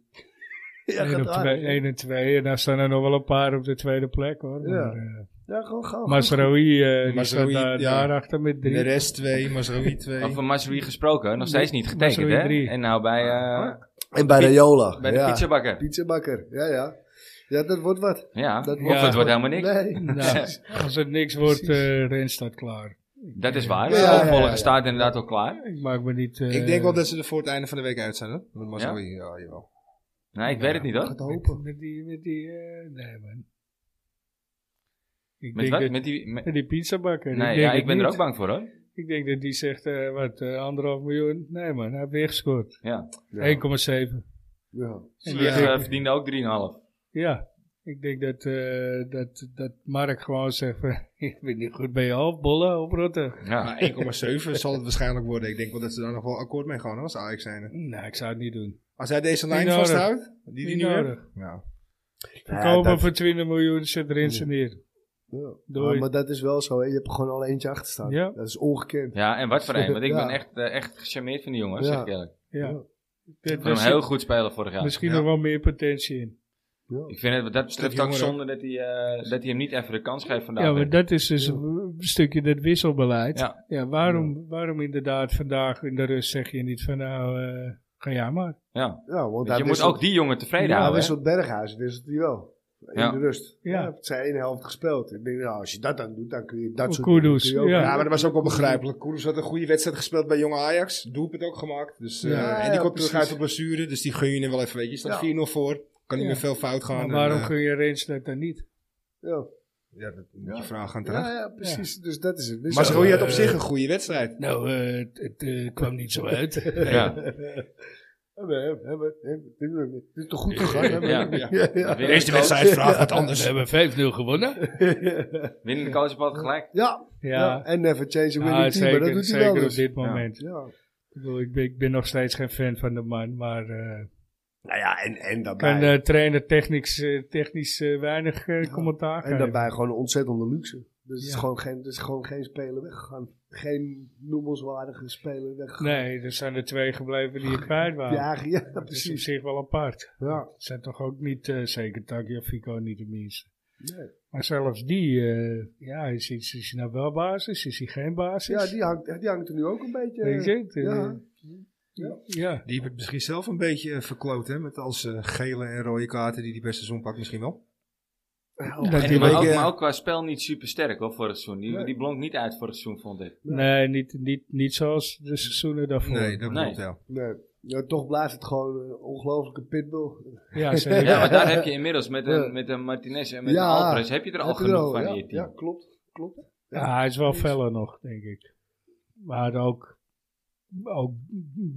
C: Ja,
B: 1
C: gaat
B: op
C: daar.
B: twee, één en twee, en daar staan er nog wel een paar op de tweede plek hoor.
C: Ja. Oh,
B: Maar, eh,
C: Ja, gewoon gaan.
B: Masraoui, eh, die
D: Masraoui,
B: staat daar,
D: ja.
B: daarachter met
D: De
B: drie.
D: rest twee, Mazraoui twee.
A: Over Masri gesproken, nog steeds niet getekend,
B: Mazraoui
A: hè?
B: drie.
A: En nou bij, eh,
C: En bij Rayola.
A: bij de
C: Ah. ja.
A: pizzabakker.
C: Pizzabakker. Ja, ja. Ja, dat wordt wat.
A: Ja,
C: Dat
A: of
B: wordt-
A: het wordt helemaal niks.
C: Nee.
B: Nou, als het niks wordt, eh Ren staat klaar.
A: Dat is waar.
C: Ja,
A: De
C: ja, ja,
A: opvolger
C: ja.
A: staat inderdaad al klaar.
B: Ik maak me niet... eh,
D: ik denk wel dat ze er voor het einde van de week uit zijn, hè? Met Mazraoui, ja, jawel.
A: Nee, ik weet het niet hoor.
C: Gaat hopen.
B: Met die, met die, eh, nee man. Ik
A: Met
B: denk
A: wat?
B: dat-
A: Met die, met-
B: met die pizzabakker.
A: nee,
B: denk
A: ja, ik
B: het
A: ben er
B: niet.
A: ook bang voor hoor.
B: Ik denk dat die zegt, eh, wat, eh, anderhalf miljoen? Nee man, hij heeft weer gescoord.
A: Ja.
C: Ja.
B: 1,7.
C: Ja.
B: En
A: Slieg
B: die-
A: eh, verdiende ook 3,5.
B: Ja, ik denk dat, eh, dat, dat Mark gewoon zegt, van, *laughs* ik ben niet goed bij je hoofd, bollen, oprotten.
A: Ja.
D: Maar 1,7 zal het waarschijnlijk worden. Ik denk wel dat ze daar nog wel akkoord mee gaan, hoor, als Ajax zijn.
B: Nou, ik zou het niet doen.
D: Als hij deze
B: Niet
D: lijn
B: nodig.
D: vasthoudt, die die
B: Niet
D: nu
B: nodig.
D: heeft. Ja.
C: Ja,
B: Kopen
C: dat-
B: voor 20 miljoen, zet erin, ze neer.
C: Ja.
B: Doei.
C: Ja, maar dat is wel zo. hè. Je hebt er gewoon al eentje achter staan.
B: Ja.
C: Dat is ongekend.
A: ja, en wat voor een. Want ik
C: Ja.
A: ben echt, eh, echt gecharmeerd van die jongen,
C: Ja.
A: zeg ik eerlijk.
B: Ja. Dus
C: Ja.
A: Ik
B: Dat-
A: vond
B: daar
A: hem
B: zit
A: heel goed spelen vorig jaar.
B: Misschien
D: Ja.
B: nog wel meer potentie in.
A: Ik vind het wat dat betreft
D: Stuk
A: ook
D: jongeren.
A: zonde dat hij, eh, dat hij hem niet even de kans geeft vandaag.
B: Ja, maar dat is dus
C: Ja.
B: een stukje dat wisselbeleid.
A: Ja.
B: Ja. waarom, waarom inderdaad vandaag in de rust zeg je niet van nou, eh, ga jij maar.
A: Ja.
C: Ja, want
A: Want je
C: hij
A: moet
C: wisselt-
A: ook die jongen tevreden
C: Ja,
A: houden. hè?
C: wisselt Berghuis, wisselt hij wel. In
A: Ja.
C: de rust.
B: Ja.
C: Ja. Het zijn één helft gespeeld. Ik denk, nou, als je dat dan doet, dan kun je dat
B: Of
C: soort
B: Kudus,
C: kun je ook-
B: ja.
D: ja, maar dat was ook wel begrijpelijk. Koerus had een goede wedstrijd gespeeld bij jonge Ajax. Doelpunt ook gemaakt. Dus, eh,
B: Ja,
D: en die
C: ja,
D: komt terug
C: precies.
D: uit op blessure, dus die gun je hem wel even. Weet je, je staat
C: Ja.
D: 4-0 voor. Kan niet
B: Ja.
D: meer veel fout gaan.
B: Maar
D: en,
B: waarom
D: eh,
B: kun je Rens dat dan niet?
C: Ja.
D: Ja, dat moet
C: Ja.
D: je vragen aan terecht.
C: Ja, ja, precies. Dus dat is het. Dus
D: Maar
C: ja,
D: Zerouille had
C: *laughs*
D: op
B: eh,
D: zich een goede wedstrijd.
B: Nou, het, kwam niet zo uit.
C: *laughs*
A: Ja.
C: hebben, hebben, hebben, hebben. Dit doen we niet. Dit is toch goed gegaan? hè?
A: Ja.
C: *laughs* Ja, ja.
A: Winnende coach-
D: vraagt wat anders.
B: hebben 5-0 gewonnen.
A: Winnende coach op altijd gelijk.
C: Ja. ja.
B: Ja,
C: En never change a winning
B: ja
C: team. maar dat
B: Ah, zeker,
C: doet hij wel.
B: zeker op
C: Dus.
B: dit moment.
C: Ja.
B: Ik, bedoel, ik, ben, ik ben nog steeds geen fan van de man, maar eh
C: *laughs* Nou ja, en, en daarbij.
B: kan de trainer technisch, eh, technisch eh, weinig eh, commentaar
C: en
B: geven.
C: daarbij gewoon een ontzettende luxe. Dus het, is
B: Ja.
C: gewoon geen, er is gewoon geen speler weggegaan. Geen noemenswaardige speler weggegaan.
B: Nee, er zijn er twee gebleven die je kwijt waren.
C: Ja, ja,
B: dat is op
C: precies.
B: zich wel apart.
C: Ja.
B: Het zijn toch ook niet, eh, zeker Tagliafico niet de minste.
C: Nee.
B: Maar zelfs die, eh, ja, is, is, is hij nou wel basis? Is hij geen basis?
C: ja, die hangt, die hangt er nu ook een beetje.
B: Weet je? het, eh,
C: ja.
B: ja. ja.
D: Die wordt misschien zelf een beetje eh, verkloot, hè? Met als eh, gele en rode kaarten die die beste seizoen pakt, misschien wel.
B: Dat
A: En,
B: die
A: maar,
D: week,
A: ook,
D: eh,
A: maar ook qua spel niet super sterk hoor, vorig seizoen. Die,
C: Nee.
A: die blonk niet uit vorig seizoen, vond ik.
B: Nee, niet, niet, niet zoals de seizoenen daarvoor.
D: Nee, dat
A: Nee.
D: klopt wel.
C: Nee. Ja, toch blijft het gewoon een ongelofelijke pitbull.
B: Ja, zeker.
A: Ja, maar daar heb je inmiddels met
C: Ja.
A: een, met een Martinez en met
C: Ja.
A: een Alvarez, heb je er al
C: Heb je
A: genoeg
C: wel,
A: van
C: ja,
A: in je team.
C: Ja, klopt. klopt.
B: Ja, hij is wel feller nog, denk ik. Maar ook, ook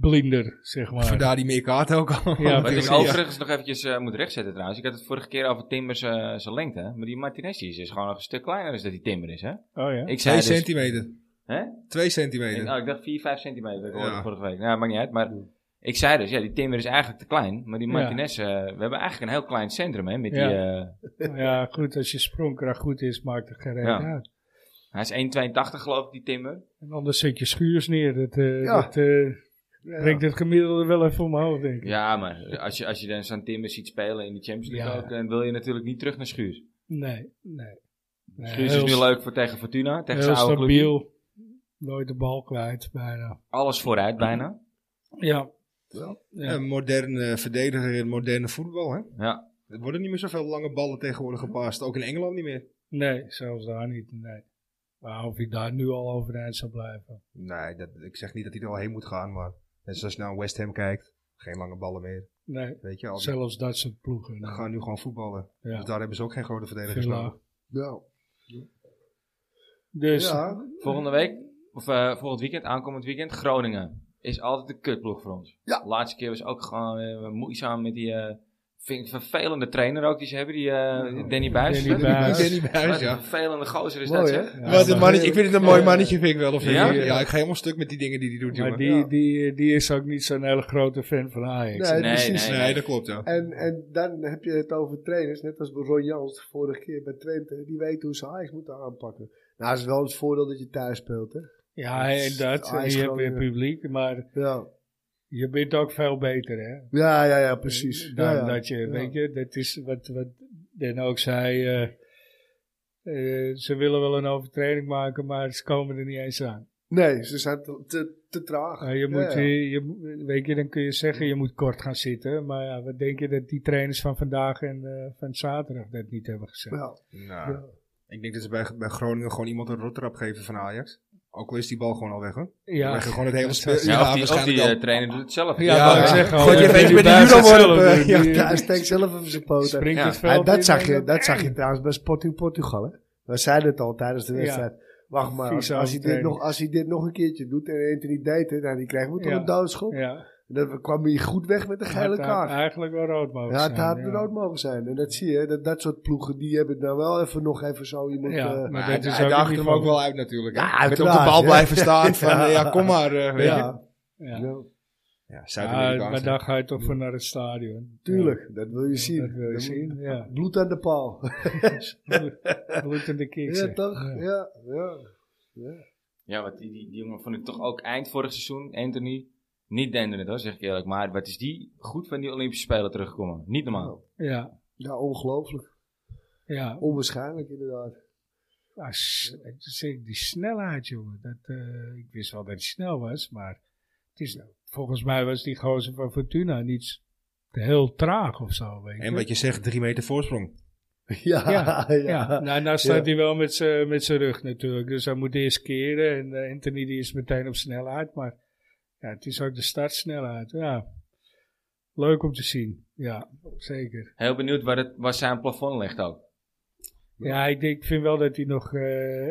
B: blinder, zeg maar.
D: Vandaar die meer kaarten ook al. *laughs*
B: Ja,
A: Wat ik
B: precies.
A: overigens nog eventjes eh, moet rechtzetten trouwens. Ik had het vorige keer over Timbers eh, zijn lengte. hè. Maar die Martinez die is dus gewoon nog een stuk kleiner dan dat die Timber is. Hè?
B: Oh
A: Ik
B: ja?
A: zei
D: Twee
A: dus-
D: centimeter.
A: Hè?
D: Twee
A: Ik,
D: centimeter.
A: oh, ik dacht 4, 5 centimeter. Ik hoorde
D: Ja.
A: vorige week. Nou, maakt niet uit. Maar ik zei dus, ja, die Timber is eigenlijk te klein. Maar die
B: Ja.
A: Martinez, eh, we hebben eigenlijk een heel klein centrum. Hè, met die,
B: Ja.
A: eh,
B: Ja, goed, als je sprongkracht goed is, maakt het geen reet
A: Ja.
B: uit.
A: hij is 1,82 geloof ik, die Timber.
B: En anders zet je schuurs neer. Dat, eh,
C: Ja.
B: dat eh,
C: Ja.
B: brengt het gemiddelde wel even omhoog, denk ik.
A: Ja, maar als je, als je dan zo'n Timber ziet spelen in de Champions League
B: Ja.
A: ook, dan wil je natuurlijk niet terug naar Schuurs.
B: Nee, nee. nee
A: Schuurs
B: heel
A: is nu
B: s-
A: leuk voor tegen Fortuna, tegen
B: Heel
A: zijn oude clubje.
B: stabiel. Nooit de bal kwijt, bijna.
A: Alles vooruit bijna.
B: Ja.
C: Ja.
B: Ja.
D: Een moderne verdediger in moderne voetbal, hè?
A: Ja.
D: Er worden niet meer zoveel lange ballen tegenwoordig gepast. Ook in Engeland niet meer.
B: Nee, zelfs daar niet, nee. Maar of hij daar nu al overeind zou blijven.
D: Nee, dat, ik zeg niet dat hij er al heen moet gaan, maar... Net zoals je naar West Ham kijkt. Geen lange ballen meer.
A: Oh,
B: Nee,
D: Weet je, al die
B: zelfs dat soort ploegen.
D: We
B: nee.
D: gaan nu gewoon voetballen.
B: Ja.
D: Dus daar hebben ze ook geen grote verdedigers
C: nou
B: Villa.
D: nodig.
C: Ja.
B: Dus
C: Ja.
A: Volgende week, of eh, volgend weekend, aankomend weekend, Groningen. Is altijd een kutploeg voor ons.
C: Ja.
A: Laatste keer was ook gewoon eh, moeizaam met die eh, vind ik vervelende trainer ook die ze hebben, die eh, Danny Buis.
B: Danny Buijs.
D: Ik ben niet
A: *laughs* Wat
D: bij huis,
A: een
D: ja.
A: vervelende gozer is dus dat
C: Mooi,
A: zeg.
C: hè?
B: Ja,
D: Wat een
B: maar-
D: mannetje. Ik vind het een mooi mannetje, vind ik wel. Of
A: Ja?
D: ja? ja, ik ga helemaal stuk met die dingen die hij doet,
B: Maar
D: jongen.
B: die,
C: Ja.
B: die, die is ook niet zo'n hele grote fan van Ajax.
C: Nee,
A: Nee,
C: precies.
A: nee.
D: Nee, dat klopt, ja.
C: En, en dan heb je het over trainers, net als bij Ron Jans vorige keer bij Twente. Die weten hoe ze Ajax moeten aanpakken. Nou, het is wel het voordeel dat je thuis speelt, hè?
B: Ja, en dat. eh,
C: Hij is
B: je hebt
C: gewoon,
B: weer publiek, maar
C: Ja,
B: je bent ook veel beter, hè?
C: ja, ja, ja precies.
B: Dan
C: ja, ja.
B: dat je, weet je, dat is wat, wat Den ook zei. eh, eh, ze willen wel een overtreding maken, maar ze komen er niet eens aan.
C: Nee, ze zijn te, te, te traag.
B: Maar je
C: Ja,
B: moet,
C: ja.
B: Je, je moet- weet je, dan kun je zeggen je moet kort gaan zitten. Maar ja, wat denk je dat die trainers van vandaag en eh, van zaterdag dat niet hebben gezegd?
C: Ja.
D: Nou,
C: Ja.
D: ik denk dat ze bij, bij Groningen gewoon iemand een rotterap geven van Ajax. Ook al is die bal gewoon al weg, hoor.
B: Ja,
D: Dan leg je gewoon het hele
B: dat
D: spel.
B: zou-
A: Ja, of die, of
D: waarschijnlijk
A: die eh,
D: wel.
A: trainer doet het zelf.
B: Ja,
D: Ja,
B: wou ik
D: ja.
B: zeggen.
D: Gooi je
B: oh,
D: even
B: die
D: met de
B: Buijs
D: judo
B: gaat
D: worden,
B: zelf
D: eh,
B: doen.
D: ja.
B: Die,
C: Ja, hij
B: eh,
C: steekt zelf even zijn poot uit.
B: springt
A: Ja.
B: het veld
C: Ja, dat,
B: in
C: zag
B: en
C: je,
B: dan-
C: dat zag je trouwens bij Sporting Portugal. Hè? We zeiden het al tijdens de
B: Ja.
C: wedstrijd. Wacht maar, als,
B: Vieze
C: als hij dit
B: overtreding.
C: nog, als hij dit nog een keertje doet en Anthony deed het, nou, die krijgt moet toch
B: Ja.
C: een doodschop.
B: Ja,
C: En dan kwam hij goed weg met de gele
B: het had
C: kaart.
B: Eigenlijk wel rood mogen
C: Ja,
B: zijn.
C: het had rood mogen zijn. En dat zie je, hè, dat, dat soort ploegen, die hebben het nou wel even nog even zo. Je moet,
B: Ja,
C: eh,
B: maar
D: hij
B: dat is
D: hij
B: ook
D: daagt
B: niet
D: hem
B: van-
D: ook wel uit, natuurlijk.
C: Ja,
D: Ja, hij moet op de
C: uiteraard,
D: paal
C: hè.
B: *laughs*
D: blijven staan. Van, eh, ja, kom maar, eh, weet je.
C: ja,
B: Ja.
C: ja,
D: Ja,
B: Ja, maar
D: Zuid-Amerikaanse.
B: dan ga je toch voor naar het stadion.
C: tuurlijk, dat wil je
B: Ja,
C: zien.
B: dat wil je
C: Dan
B: zien,
C: *laughs*
B: ja.
C: moet- Bloed aan de paal.
B: Bloedende kicks.
C: *laughs* ja,
B: hè.
C: toch?
B: Ja.
C: Ja, ja.
A: Ja, want die, die, die jongen vond ik toch ook eind vorig seizoen, Anthony, niet denderend hoor, zeg ik eerlijk. Maar wat is die goed van die Olympische Spelen teruggekomen? Niet normaal.
B: Ja,
C: Ja, ongelooflijk.
B: ja.
C: Onwaarschijnlijk inderdaad. *laughs*
B: Ah, s- ik zeg, die snelheid, jongen. Dat, eh, ik wist wel dat hij snel was, maar het is, volgens mij was die gozer van Fortuna niet s- heel traag of zo. Weet je.
D: En wat je zegt, drie meter voorsprong.
C: Ja, ja.
B: Ja, ja. Nou, nou staat
C: Ja.
B: hij wel met zijn met zijn rug natuurlijk. Dus hij moet eerst keren. En eh, Anthony die is meteen op snelheid. Maar ja, het is ook de startsnelheid. Ja. Leuk om te zien. Ja, zeker.
A: Heel benieuwd waar, het, waar zijn plafond ligt ook.
B: Ja, ik, denk- ik vind wel dat hij nog eh,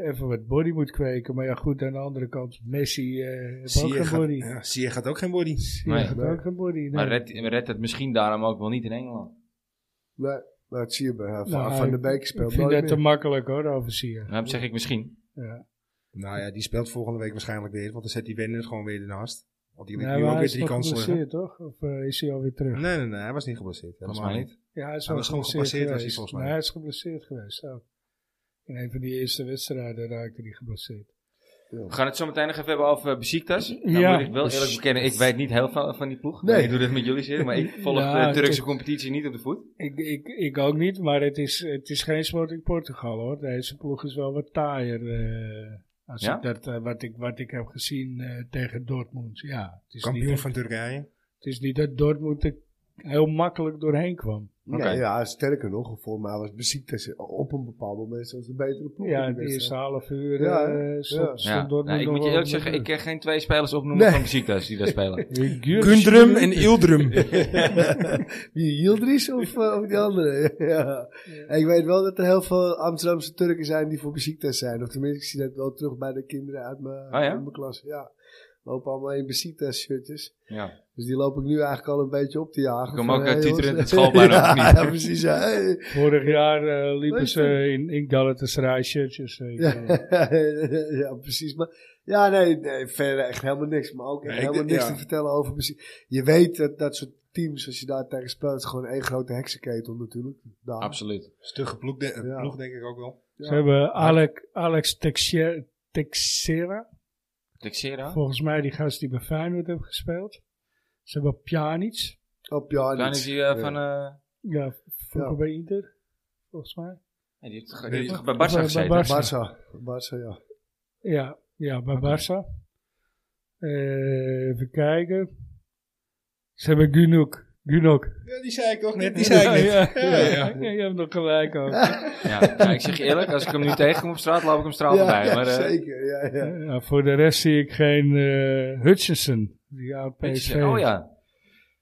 B: even wat body moet kweken. Maar ja, goed, aan de andere kant, Messi eh heeft ook
D: Zie je
B: geen
D: gaat,
B: body.
D: ja, Sier gaat ook geen body.
B: Die
A: Nee.
B: heeft
C: Nee.
B: ook geen body. nee.
A: Maar redt, redt het misschien daarom ook wel niet in Engeland.
C: Nee, maar dat zie je bij haar. Van,
B: Nou,
C: van
B: ik-
C: de Beek speelt
B: ik vind
C: nooit
B: dat te
C: meer.
B: makkelijk hoor, overzien.
A: Daarom zeg ik misschien.
B: Ja.
D: Nou ja, die speelt volgende week waarschijnlijk weer. Want dan zet die Wenner gewoon weer ernaast. Want die ligt
B: Nou,
D: nu
B: maar
D: ook
B: hij
D: weer
B: is
D: drie
B: toch
D: kansen liggen.
B: geblesseerd toch? Of eh, is hij alweer terug?
D: Nee, nee, nee. Hij was niet geblesseerd.
A: Volgens
D: Helemaal
A: mij
D: niet.
A: niet.
B: Ja, hij is
D: Hij
B: wel
D: was gewoon
B: geblesseerd
D: gepasseerd, was hij
B: geweest.
D: volgens mij.
B: Nee, hij is geblesseerd geweest ook. In een van die eerste wedstrijden raakte hij geblesseerd.
A: We gaan het zo meteen nog even hebben over Besiktas. Nou
B: Ja.
A: moet ik wel eerlijk bekennen, ik weet niet heel veel van die ploeg.
C: Nee.
A: Ik doe dit met jullie zitten, maar ik volg
B: Ja,
A: de Turkse
B: toch.
A: competitie niet op de voet.
B: Ik, ik, ik ook niet, maar het is, het is geen Sporting Portugal hoor. Deze ploeg is wel wat taaier. eh, als
A: Ja?
B: ik dat, eh, wat, ik, wat ik heb gezien eh, tegen Dortmund. Ja, het is,
D: Kampioen
B: niet,
D: van Turkije.
B: het is niet dat Dortmund er heel makkelijk doorheen kwam.
A: Oké.
C: Ja, ja, sterker nog, voor mij was Besiktas op een bepaald moment zelfs de betere ploeg.
B: Ja,
C: in
B: het
C: die wedstrijd. *laughs*
B: eerste half uur eh
C: Ja,
B: stond,
C: ja.
B: stond
A: Ja.
B: Dortmund
A: Nou, ik
B: nog
A: moet je
B: wel
A: eerlijk zeggen, ik
B: onder
A: ken geen twee spelers opnoemen
C: Nee.
A: van Besiktas die daar spelen.
B: druk.
D: Gundrum en Ildrum.
B: *laughs*
C: Wie, Yildiz of, eh, of die andere? *laughs* ja. En ik weet wel dat er heel veel Amsterdamse Turken zijn die voor Besiktas zijn. Of tenminste, ik zie dat wel terug bij de kinderen uit mijn,
A: Oh, ja?
C: uit mijn klas. Ja, lopen allemaal in Besiktas shirtjes.
A: Ja.
C: Dus die loop ik nu eigenlijk al een beetje op te jagen.
A: Kom
C: Van,
A: ook,
C: hey,
A: eh, tieterend
C: jongens.
A: het
C: *laughs*
A: schoolplein
C: ja,
A: op, of niet?
C: Ja, precies. Ja, hey.
B: Vorig jaar eh, liepen
C: Leuk,
B: ze in, in Galatasaray shirtjes. eh, ik, eh,
C: ja, *laughs* ja, precies. Maar ja, nee, nee, verder echt helemaal niks. Maar ook echt
D: Nee, ik
C: helemaal
D: denk-
C: niks
D: ja.
C: te vertellen over Besiktas. Je weet dat dat soort teams, als je daar tegen speelt, het is gewoon één grote heksenketel natuurlijk. Nou, Daar.
A: Absoluut.
D: Stugge ploeg, de-
C: Ja.
D: ploeg denk ik ook wel.
C: Ja.
B: Ze hebben Alex, Alex Texier- Texera,
A: Texera?
B: volgens mij die gast die bij Feyenoord heeft gespeeld. Ze hebben Pjanic,
C: Op ja,
A: Dan
C: niet.
A: is hij eh,
C: Ja.
A: van... eh,
B: ja, vroeger
C: Ja.
B: bij Inter, volgens mij.
A: nee, die heeft,
D: Nee,
A: die heeft
B: maar-
A: bij
B: bij-
A: Barca
B: bij
A: gezeten.
B: Barca.
C: Barça. Barça, ja.
B: Ja, ja bij Barça. Eh, even kijken. Ze hebben Gunok. Gunok.
D: Ja, die zei ik toch net, die zei ik net.
B: Ja, ja,
D: Ja, ja.
B: je hebt nog gelijk ook.
A: Ja. Ja, ik zeg je eerlijk, als ik hem nu tegenkom op straat, loop ik hem straat bij.
C: ja,
A: maar, eh,
C: zeker. Ja, ja.
B: Ja, voor de rest zie ik geen eh Hutchinson. Die oud
A: Weet
B: PSV.
A: je, oh ja.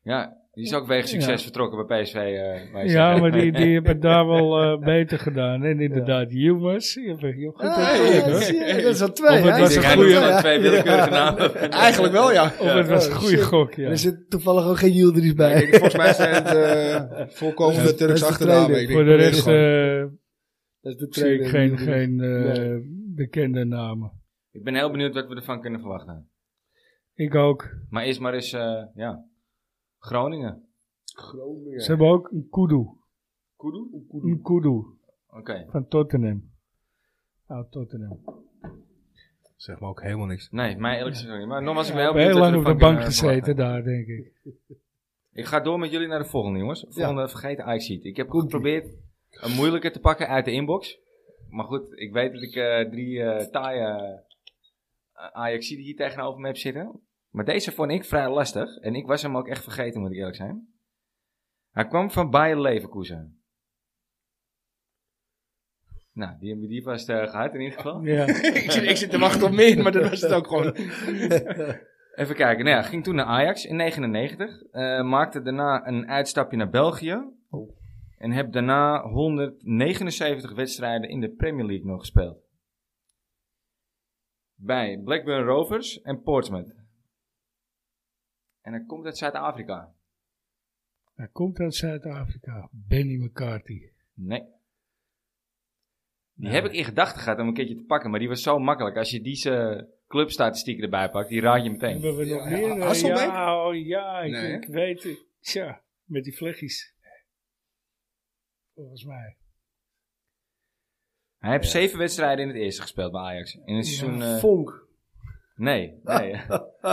A: Ja, die is ook wegens succes
B: Ja.
A: vertrokken bij PSV. eh, maar
B: Ja, maar die, die hebben het daar wel eh, beter gedaan. En inderdaad, Humus. Je hebt je hebt goed gehoord,
C: dat,
B: hoor.
C: Ah, zie je, dat is al twee.
B: Of het
C: hè?
A: Ik
B: was een
A: denk, hij
B: goeie-
A: noemt wel twee willekeurige
B: *laughs*
A: namen.
D: Eigenlijk wel, ja.
B: Of het was een
C: Oh,
B: goede
C: shit.
B: gok, ja.
C: Er zit toevallig ook geen Yildiz bij.
D: Ik denk, volgens mij zijn het eh voorkomende
C: Dat is- dat is
D: Turks
C: de
D: achternamen.
C: tweede.
D: Ik denk,
B: Voor de
D: probeer
B: rest
D: gewoon.
B: eh
C: *laughs* dat is de
B: zie ik
C: trainer.
B: geen,
C: Yildiz.
B: geen eh, bekende namen.
A: Ik ben heel benieuwd wat we ervan kunnen verwachten.
B: Ik ook.
A: Maar eerst maar eens, eh, ja, Groningen.
C: Groningen.
B: Ze hebben ook een kudu. eh,
A: Kudu?
B: Een kudu
A: Oké.
B: van Tottenham. Oud Tottenham.
D: Zeg maar ook helemaal niks.
A: Nee, mij eerlijk gezegd ook niet. Maar nogmaals, ik ben
B: Hij
A: heel
B: heeft
A: benieuwd
B: heel
A: wat we
B: lang op de
A: ervan kunnen
B: bank
A: verwachten.
B: gezeten daar, denk ik.
A: Ik ga door met jullie naar de volgende, jongens. Volgende vergeten Ajax-sheet. Ik heb geprobeerd een moeilijke te pakken uit de inbox. Maar goed, ik weet dat ik eh, drie eh taaie eh, ajax hier tegenover me heb zitten. Maar deze vond ik vrij lastig. En ik was hem ook echt vergeten, moet ik eerlijk zijn. Hij kwam van Bayer Leverkusen. Nou, die hebben we die vast eh, gehad in ieder geval.
B: Ja.
D: ik, zit, ik zit te wachten op meer, maar dat was het ook gewoon.
A: Even kijken. Nou ja, ging toen naar Ajax in 99. eh, maakte daarna een uitstapje naar België. En heb daarna 179 wedstrijden in de Premier League nog gespeeld. Bij Blackburn Rovers en Portsmouth. En hij komt uit Zuid-Afrika.
B: Hij komt uit Zuid-Afrika. Benny McCarthy.
A: Nee. Die
B: Nee.
A: heb ik in gedachten gehad om een keertje te pakken. Maar die was zo makkelijk. Als je deze clubstatistieken erbij pakt, die raad je meteen.
B: Hebben we nog
D: ja,
B: meer? eh,
D: Hasselbeek?
B: ja, oh, ja, ik,
D: Nee, hè?
B: ik weet het. Tja, met die vlechtjes. Volgens mij.
A: Hij heeft zeven wedstrijden in het eerste gespeeld bij Ajax. In een seizoen... eh,
C: Vonk.
A: Nee,
C: *laughs*
A: nee.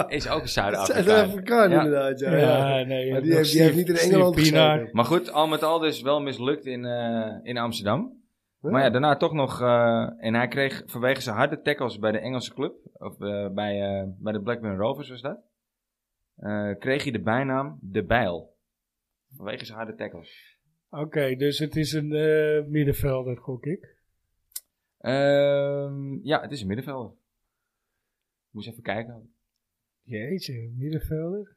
A: is ook een Zuid-Afrikaan.
C: Zuid-Afrikaan
A: Ja.
C: inderdaad, ja.
B: Ja,
C: ja.
B: nee.
C: Maar
B: nog
C: die heeft, die
B: Steve-
C: heeft niet in
B: Steve
C: Engeland
B: Pienaar.
C: gespeeld.
A: Maar goed, al met al dus wel mislukt in, eh, in Amsterdam.
C: Huh?
A: Maar ja, daarna toch nog... eh, en hij kreeg vanwege zijn harde tackles bij de Engelse club... Of eh, bij, eh, bij de Blackburn Rovers was dat... eh, kreeg hij de bijnaam De Bijl. Vanwege zijn harde tackles.
B: Oké, dus het is een eh, middenvelder, gok ik.
A: Ehm, ja, het is een middenvelder. Moest even kijken.
B: Jeetje, middenvelder.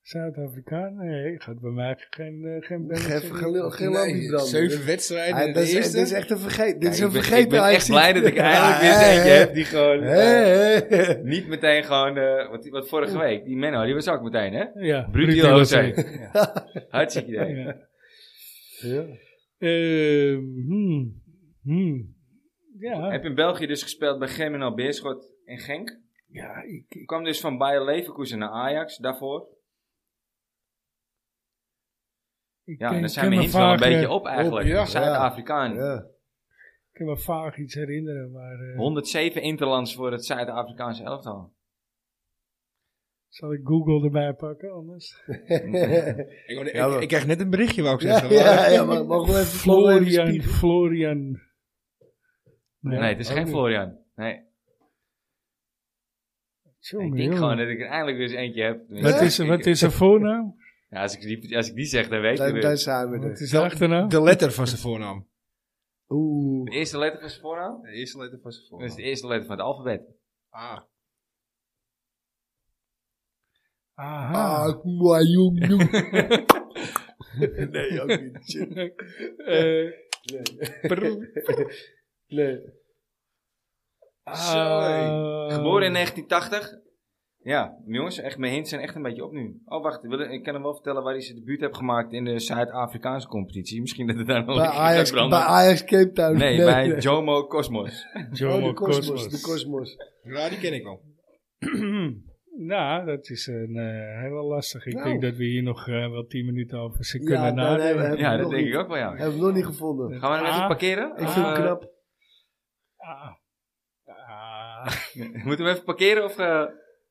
B: Zuid-Afrikaan? Nee, gaat bij mij geen... eh, geen Benny
C: Geen-
B: Serrano.
C: geen- geen lampje branden.
D: Zeven
C: Dit-
D: wedstrijden.
C: Hij-
D: in de
C: Dat is
D: eerste.
C: dit is echt een vergeten. Dit is
A: Ja,
C: een
A: ik ben,
C: vergeten
A: ik ben echt
C: Ajax-ie.
A: blij dat ik eindelijk
C: Ja,
A: weer
C: hè,
A: zeg, je
C: hè.
A: hebt die gewoon... eh,
C: Hè, hè.
A: Niet meteen gewoon, eh, wat, wat vorige week, die Menno, die was ook meteen, hè?
B: Ja,
A: Brutio José.
B: José.
A: Hartstikke idee.
B: Ja.
C: Ja.
B: Ehm, hmm, hmm. Ja,
A: Heb in België dus gespeeld bij Germinal Beerschot en Genk.
B: ja ik, ik-
A: Kwam dus van Bayer Leverkusen naar Ajax daarvoor.
B: ik
A: Ja,
B: ken-
A: en dan
B: ken
A: zijn we
B: me
A: hints wel een
B: vaak, eh,
A: beetje op eigenlijk.
D: ja.
A: Zuid-afrikaan.
C: Ja.
B: Ik kan me vaag iets herinneren, maar eh,
A: 107 interlands voor het Zuid-Afrikaanse elftal.
B: zal ik Google erbij pakken anders?
D: Ik, ik,
C: Ja, maar-
D: ik krijg net een berichtje, wou ik
C: Ja,
D: zeggen.
C: *laughs* ja, ja, maar mogen we even Florian.
B: Florian, Florian.
A: Nee, het is
B: ook
A: geen
B: niet.
A: Florian. Nee.
B: Jongen,
A: ik denk
B: jongen.
A: gewoon dat ik er eindelijk weer eens eentje heb.
B: Wat is, wat is zijn voornaam?
A: Ja, als, ik die, als ik die zeg, dan weet je
C: Dan,
A: weer.
C: dan zijn dus. we
B: Wat
C: er.
B: is zijn achternaam?
D: De letter van zijn voornaam.
A: De
C: Oeh.
A: eerste letter van zijn voornaam?
D: De eerste letter van zijn
A: Dat is de eerste letter van het alfabet.
D: Ah.
B: Aha.
C: Ah, mooi jong, jong.
A: *laughs*
C: nee, ook niet. Shit.
B: Eh,
C: Nee.
B: ah,
A: Geboren
C: Oh.
A: in eh, 1980. Ja, jongens, echt, mijn hints zijn echt een beetje op nu. Oh, wacht, ik wil- ik kan hem wel vertellen waar hij zijn debuut heeft gemaakt in de Zuid-Afrikaanse competitie. Misschien dat het daar nog
C: Bij
A: een keer
C: Ajax, bij
A: uitbrandt.
C: Ajax Cape Town.
A: Nee, bij
C: nee.
A: Jomo
C: *laughs*
A: Cosmos.
C: Oh,
B: Jomo
C: de Cosmos.
B: Cosmos.
C: De Cosmos.
D: Ja, die ken ik wel.
B: *clears throat* nou, dat is een eh, hele lastig. Ik
C: Nou.
B: denk dat we hier nog eh, wel tien minuten over ze
C: Ja,
B: kunnen
C: nou, nee, we
B: nadenken.
C: hebben-
A: Ja,
C: nog
A: dat denk
C: niet.
A: ik ook wel, ja.
C: Hebben we nog niet gevonden.
A: Gaan we hem even
B: Ah.
A: parkeren?
C: Ik
A: Of,
C: vind hem
A: eh,
C: knap.
B: Ah. Ah.
A: *laughs* Moeten we even parkeren? Of, eh,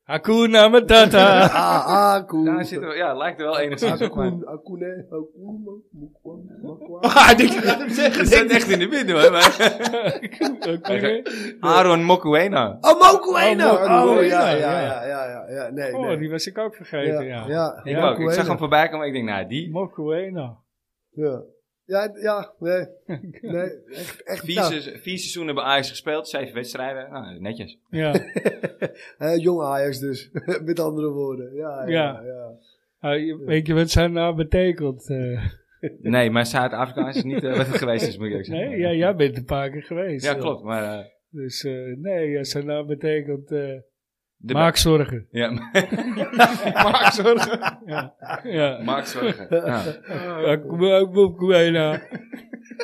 B: Hakuna Matata.
C: Ah, ah, cool.
A: daar zitten we, ja, lijkt er wel enigszins op. maar- *laughs*
C: Akun, Akune, Akuma, Mukwa, Mukwa.
D: Ah, ik ga hem zeggen.
A: Je staat echt in de midden hoor.
C: *laughs*
A: maar-
B: *laughs* Oké.
A: Aaron Mokuena.
C: Oh, Mokueno!
B: Oh, Mokueno,
C: Oh, ja, ja,
B: ja.
C: ja, ja, ja, ja. Nee,
B: Oh,
C: nee.
B: die was ik ook vergeten, ja. ja.
C: ja.
A: Ik, ook. ik
C: Mokueno.
A: zag hem voorbij komen en ik denk, nou die
B: Mokuena.
C: Ja, ja, ja nee. nee. Echt, echt
A: vier,
C: nou,
A: seizoen- vier seizoenen bij Ajax gespeeld, zeven wedstrijden. Nou, netjes.
B: Ja.
C: hè, jong Ajax dus, *laughs* met andere woorden. Ja, ja, ja.
B: *laughs* Ja. Ah, je- weet je wat zijn naam betekent? eh?
A: Nee, maar Zuid-Afrika is niet eh, wat het geweest is, moet ik eerlijk zeggen.
B: nee, ja, jij bent een paar keer geweest.
A: Ja, klopt. Maar, eh,
B: Dus eh, nee, ja, zijn naam betekent eh,
A: de
B: maak zorgen.
A: Ja, *laughs*
D: Maak zorgen.
B: Ja. ja.
A: maak zorgen. Ja.
B: Ja, kom maar ook op, Kuena.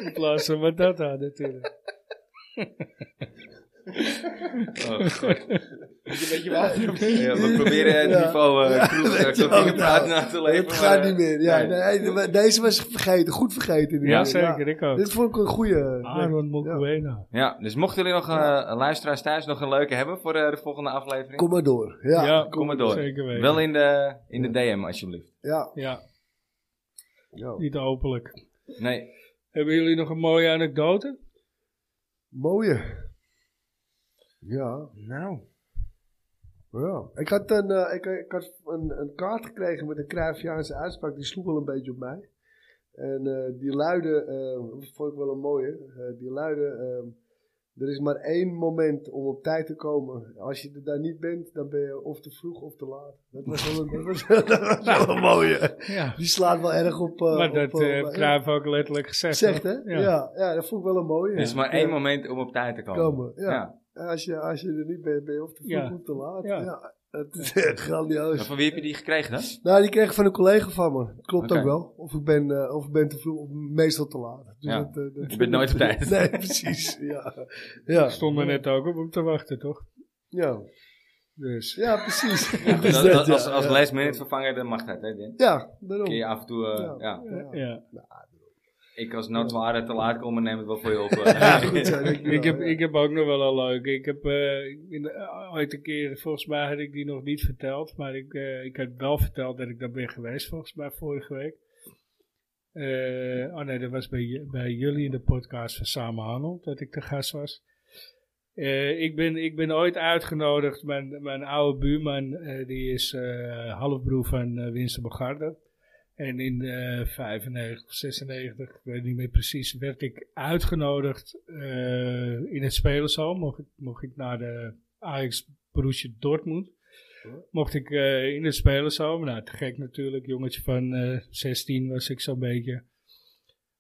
B: In plaats van Matata natuurlijk.
A: Oh, God.
D: Weet je wel?
A: Ja, we proberen het
C: Ja.
A: niveau eh kroeg eh,
C: weet je
A: kroeg-
C: ook,
A: praat
C: nou.
A: na te leven.
C: Het
A: maar,
C: gaat
A: eh,
C: niet meer. Ja,
A: nee.
C: nee, de- deze was ik vergeten, goed vergeten.
A: Ja,
B: Ja,
C: inderdaad.
B: zeker, ik ook. Ah,
C: Dit vond ik een goede.
B: Aaron Mokuena.
A: Ja, dus mochten jullie nog, eh, luisteraars thuis, nog een leuke hebben voor eh, de volgende aflevering,
C: Kom maar door. Ja, ja.
A: kom maar door.
B: Zeker weten.
A: wel in de, in de DM alsjeblieft.
C: ja.
B: Ja, niet openlijk.
A: Nee,
B: Hebben jullie nog een mooie anekdote?
C: Mooie. Ja,
D: Nou.
C: ja. Ik had, een, eh, ik, ik had een, een kaart gekregen met een Cruyffiaanse uitspraak. Die sloeg wel een beetje op mij. En eh, die luidde, eh, vond ik wel een mooie. eh, die luidde, ehm, er is maar één moment om op tijd te komen. Als je er daar niet bent, dan ben je of te vroeg of te laat. Dat was wel een, *laughs* dat was, dat was wel een mooie.
B: Ja.
C: Die slaat wel erg op. eh,
B: Maar
C: op,
B: dat
C: op,
B: eh, heeft
C: eh,
B: Cruijff ook letterlijk gezegd.
C: Zegt hè?
B: hoor.
C: Ja. Ja, dat vond ik wel een mooie.
A: er is maar één moment om op tijd te komen.
C: Komen, ja.
A: Ja.
C: Als je, als je er niet bent, ben je of te vroeg
B: Ja.
C: of te laat. Ja.
B: Ja.
C: Het is *laughs* echt
A: Maar
C: grandioos.
A: van wie heb je die gekregen dan?
C: Nou, die kreeg ik van een collega van me. Klopt
A: Oké.
C: ook wel. Of ik, ben, eh, of ik ben te vroeg, of meestal te laat. Dus
A: Ja.
C: dat, eh, dat-
A: Je bent nooit op tijd.
C: *laughs* Nee, precies. Ja. Ja.
B: Ik stond er net ook op om te wachten, toch?
C: Ja.
B: Dus.
C: ja,
A: *laughs*
C: precies.
A: Ja,
C: Dus
A: dat-
C: dat,
A: dat-
C: ja,
A: als als
C: ja.
A: last minute vervanger, dan mag dat. Hè, Din?
C: Ja,
A: Kun
C: daarom.
A: je af en toe... eh, ja.
B: Ja.
A: Ik als noodware te laat komen, neem het wel voor
B: *laughs*
A: je op. eh.
C: Goed zo, dankjewel,
B: Ik, heb,
C: ja.
B: ik heb ook nog wel een leuk. Ik heb eh, in de- eh, ooit een keer, volgens mij had ik die nog niet verteld, maar ik, eh, ik had wel verteld dat ik daar ben geweest, volgens mij vorige week. Eh, oh nee, dat was bij, j- bij jullie in de podcast van Samenhandel, dat ik de gast was. Eh, ik, ben, ik ben ooit uitgenodigd, mijn, mijn oude buurman, eh, die is eh, halfbroer van eh Winston Bogarde. En in eh 95, 96, ik weet niet meer precies, werd ik uitgenodigd eh, in het spelershal. Mocht ik, mocht ik naar de Ajax Borussia Dortmund. Mocht ik eh, in het spelershal, nou te gek natuurlijk, jongetje van eh, 16 was ik zo'n beetje.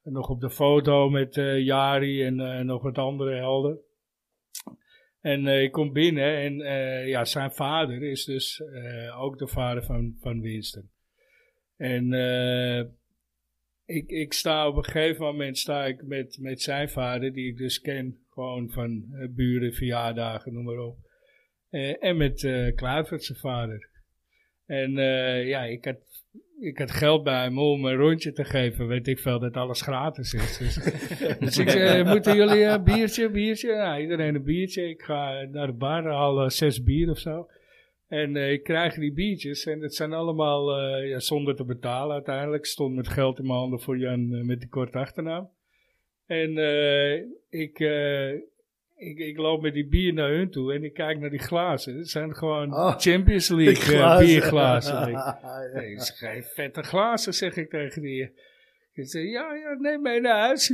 B: En nog op de foto met eh Jari en eh, nog wat andere helden. En eh, ik kom binnen en eh, ja, zijn vader is dus eh, ook de vader van, van Winston. En eh, ik, ik sta op een gegeven moment sta ik met, met zijn vader, die ik dus ken, gewoon van eh, buren, verjaardagen, noem maar op. Eh, en met eh Kluivert, zijn vader. En eh, ja, ik had ik had geld bij hem om een rondje te geven. Weet ik veel dat alles gratis is. Dus, dus ik zei, moeten jullie eh, een biertje, biertje? Nou, iedereen een biertje. Ik ga naar de bar, haal eh, zes bier of zo. En eh, ik krijg die biertjes. En het zijn allemaal, eh, ja, zonder te betalen uiteindelijk. Stond met geld in mijn handen voor Jan eh, met die korte achternaam. En eh, ik, eh, ik, ik loop met die bier naar hun toe. En ik kijk naar die glazen. Het zijn gewoon
C: Oh,
B: Champions
C: Die
B: League eh, *laughs*
C: glazen. *laughs*
B: bierglazen. Ik-
C: Ja.
B: Nee, dat is geen vette glazen, zeg ik tegen die. eh, Ik zei, ja, ja, neem mee naar huis.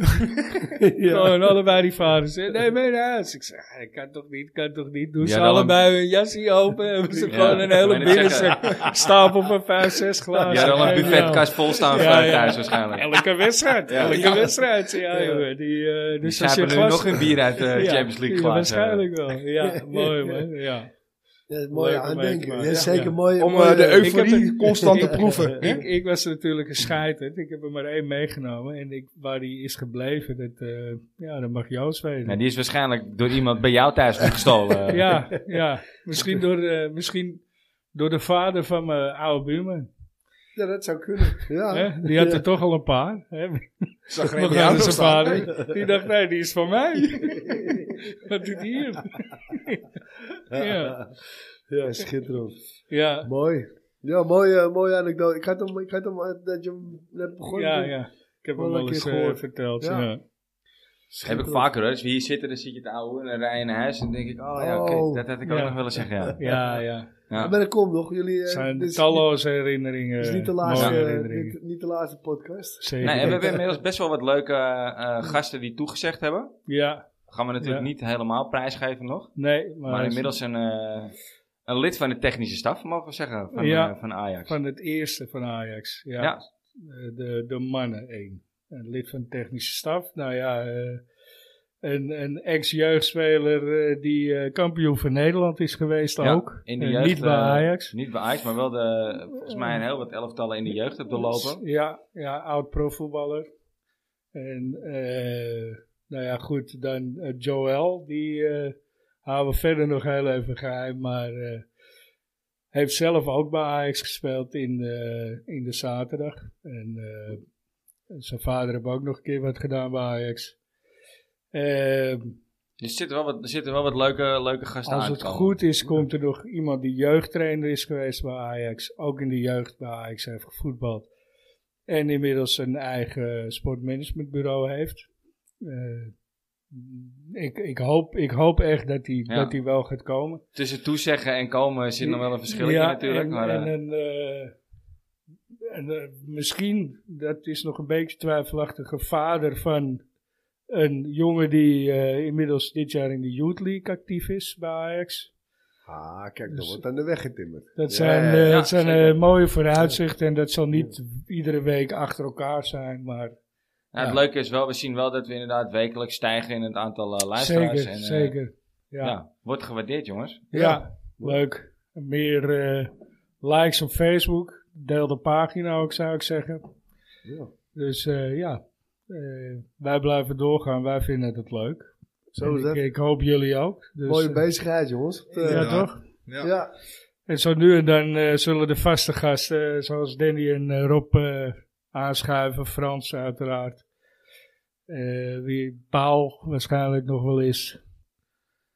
B: Gewoon allebei die vaders. hè, Neem mee naar huis. Ik zei, ah, dat kan toch niet, kan toch niet. Doen
A: Ja,
B: ze
A: dan-
B: allebei hun jasje open. Hebben ze
A: Ja,
B: gewoon een
A: ik wou
B: hele
A: net
B: binnenzak. Stapel van vijf, zes glazen.
A: Ja, dan een
B: Geen
A: buffetkast vol staan
B: Ja,
A: van
B: ja.
A: thuis waarschijnlijk.
B: idee. Elke wedstrijd,
A: Ja.
B: elke wedstrijd. Ja,
C: Ja.
B: jongen. Die, eh
A: Dus
B: dus
A: ze
B: als je
A: hebben nu
B: glas-
A: nog een bier uit de
B: *laughs* Ja,
A: Champions League
B: ja,
A: glazen.
B: Waarschijnlijk wel. Ja, mooi man. Ja.
C: Dat is mooi
B: Leuk om mee te
C: aandenken.
B: maken.
C: Dat is
B: Ja,
C: zeker
B: ja.
C: mooi.
D: Om
C: mooi,
D: eh, de
C: eh,
B: heb
D: euforie
B: een-
D: constant te
B: *laughs* ik-
D: proeven. hè?
B: Ik, ik was natuurlijk een scheiterd. Ik heb er maar één meegenomen. En ik, waar die is gebleven, dat, eh, ja, dat mag Joost weten.
A: Nou, die is waarschijnlijk door iemand bij jou thuis gestolen.
B: *laughs* ja, ja. Misschien, door, eh, misschien door de vader van mijn oude buurman.
C: Ja, dat zou kunnen. Ah. Ja.
B: hè? Die had er toch al een paar. Hè?
D: Zag er een
B: Nog
D: bij jou
B: aan
D: nog
B: zijn
D: staan.
B: vader. Die dacht, nee, die is van mij. *laughs* Wat doet die hier? Ja.
C: ja, schitterend.
B: Ja,
C: mooi. Ja, mooie, mooie anekdote. Ik had hem, ik had hem eh, dat je hem net begon.
B: ja, ja. Ik heb hem
C: Wel een
B: al eens
C: keer
B: eh,
C: gehoord.
B: verteld.
C: Ja.
B: ja.
A: Heb ik vaker hoor. Als we hier zitten, dan zie je het oude en dan rij je naar huis. En dan denk ik, oh ja, oké,
C: Oh.
A: dat had ik ook
B: Ja.
A: nog willen zeggen. Ja.
B: Ja, ja.
A: Ja.
C: Maar dat komt nog. Jullie, eh,
B: Het zijn
C: dit is-
B: talloze herinneringen.
C: dit is niet de
B: mooie
C: laatste, eh,
B: herinneringen.
C: dit- niet de laatste podcast.
B: Zeker.
A: Nee, en we hebben inmiddels best wel wat leuke eh, gasten die toegezegd hebben.
B: Ja,
A: Gaan we natuurlijk
B: Ja.
A: niet helemaal prijsgeven nog.
B: nee, maar,
A: Maar inmiddels een, eh, een lid van de technische staf, mogen we zeggen, van,
B: Ja.
A: eh, van Ajax.
B: van het eerste van Ajax. Ja.
A: Ja.
B: Eh, De, de mannen één. Een lid van de technische staf. Nou ja, eh, een, een ex-jeugdspeler eh, die eh, kampioen van Nederland is geweest
A: Ja,
B: ook.
A: in de
B: Eh,
A: jeugd,
B: niet bij
A: eh,
B: Ajax.
A: Niet bij Ajax, maar wel de, volgens mij een heel wat elftallen in de jeugd hebt doorlopen.
B: Ja, ja oud profvoetballer. En eh, nou ja, goed, dan eh, Joel, die eh, houden we verder nog heel even geheim, maar eh, heeft zelf ook bij Ajax gespeeld in, eh, in de zaterdag. En eh, zijn vader heeft ook nog een keer wat gedaan bij Ajax. Ehm
A: Dus er zitten wel wat, er zitten wel wat leuke, leuke gasten
B: als
A: aan
B: het
A: te komen.
B: goed is, komt er nog iemand die jeugdtrainer is geweest bij Ajax. Ook in de jeugd bij Ajax heeft gevoetbald. En inmiddels een eigen sportmanagementbureau heeft. Eh, ik, ik, hoop, ik hoop echt dat die,
A: Ja.
B: dat die wel gaat komen.
A: Tussen toezeggen en komen zit nog wel een verschil in natuurlijk.
B: En,
A: maar, eh,
B: en een, eh, en, eh, misschien, dat is nog een beetje twijfelachtige vader van een jongen die eh, inmiddels dit jaar in de Youth League actief is bij Ajax.
C: Ah, kijk, dan
B: Dus-
C: wordt aan de weg getimmerd.
B: Dat
C: Ja,
B: zijn,
C: ja,
B: eh,
A: ja,
B: dat zijn eh,
A: zeker.
B: mooie vooruitzichten en dat zal niet iedere week achter elkaar zijn, maar
A: nou, het
B: ja.
A: leuke is wel, we zien wel dat we inderdaad wekelijks stijgen in het aantal eh, luisteraars.
B: zeker,
A: en, eh,
B: zeker. Ja,
A: Ja.
B: ja.
A: wordt gewaardeerd jongens.
B: leuk. Meer eh, likes op Facebook, deel de pagina ook zou ik zeggen.
C: Ja.
B: Dus eh, ja, eh, wij blijven doorgaan, wij vinden het leuk.
C: Zo is
B: En ik,
C: dat.
B: ik hoop jullie ook. Dus,
C: Mooie
B: eh,
C: bezigheid, jongens. Eh,
B: ja,
D: Ja.
B: toch?
D: Ja.
C: ja.
B: En zo nu en dan eh, zullen de vaste gasten, eh, zoals Danny en eh, Rob, eh, aanschuiven. Frans uiteraard. Eh, wie Paul waarschijnlijk nog wel is.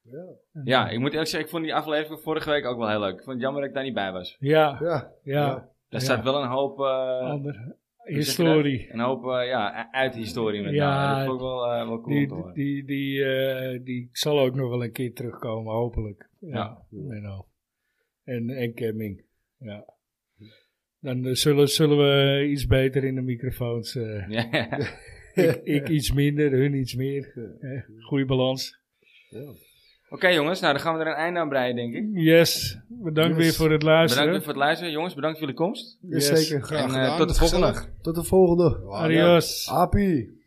C: Ja.
A: Ja, ik moet eerlijk zeggen, ik vond die aflevering vorige week ook wel heel leuk. Ik vond het jammer dat ik daar niet bij was.
B: Ja, ja.
C: Ja.
A: Daar
B: Ja. Oh,
A: staat wel een hoop... eh,
B: andere
A: hoe zeg je
B: historie.
A: dat? Een hoop eh, ja, uit historie met
B: Ja,
A: name. Dat vond ik wel, eh, wel cool om te
B: Die,
A: horen.
B: die, die, eh, die zal ook nog wel een keer terugkomen, hopelijk. Ja,
A: Ja.
B: Menno. En, en Kemming. Ja. Dan eh, zullen, zullen we iets beter in de microfoons. eh,
A: *laughs* Ja.
B: ik, ik iets minder, hun iets meer. Eh, Goede balans.
A: Oké jongens, nou dan gaan we er een einde aan breien denk ik.
B: Yes, bedankt
C: Yes.
B: weer voor het
A: Bedankt
B: luisteren.
A: weer voor het luisteren. Jongens, bedankt voor jullie komst.
C: Ja,
B: Yes.
C: Zeker.
A: En eh, tot de
D: gedaan, dat is
A: volgende.
D: gezellig.
C: Tot de volgende.
D: Wauw, ja.
B: Adios.
C: Happy.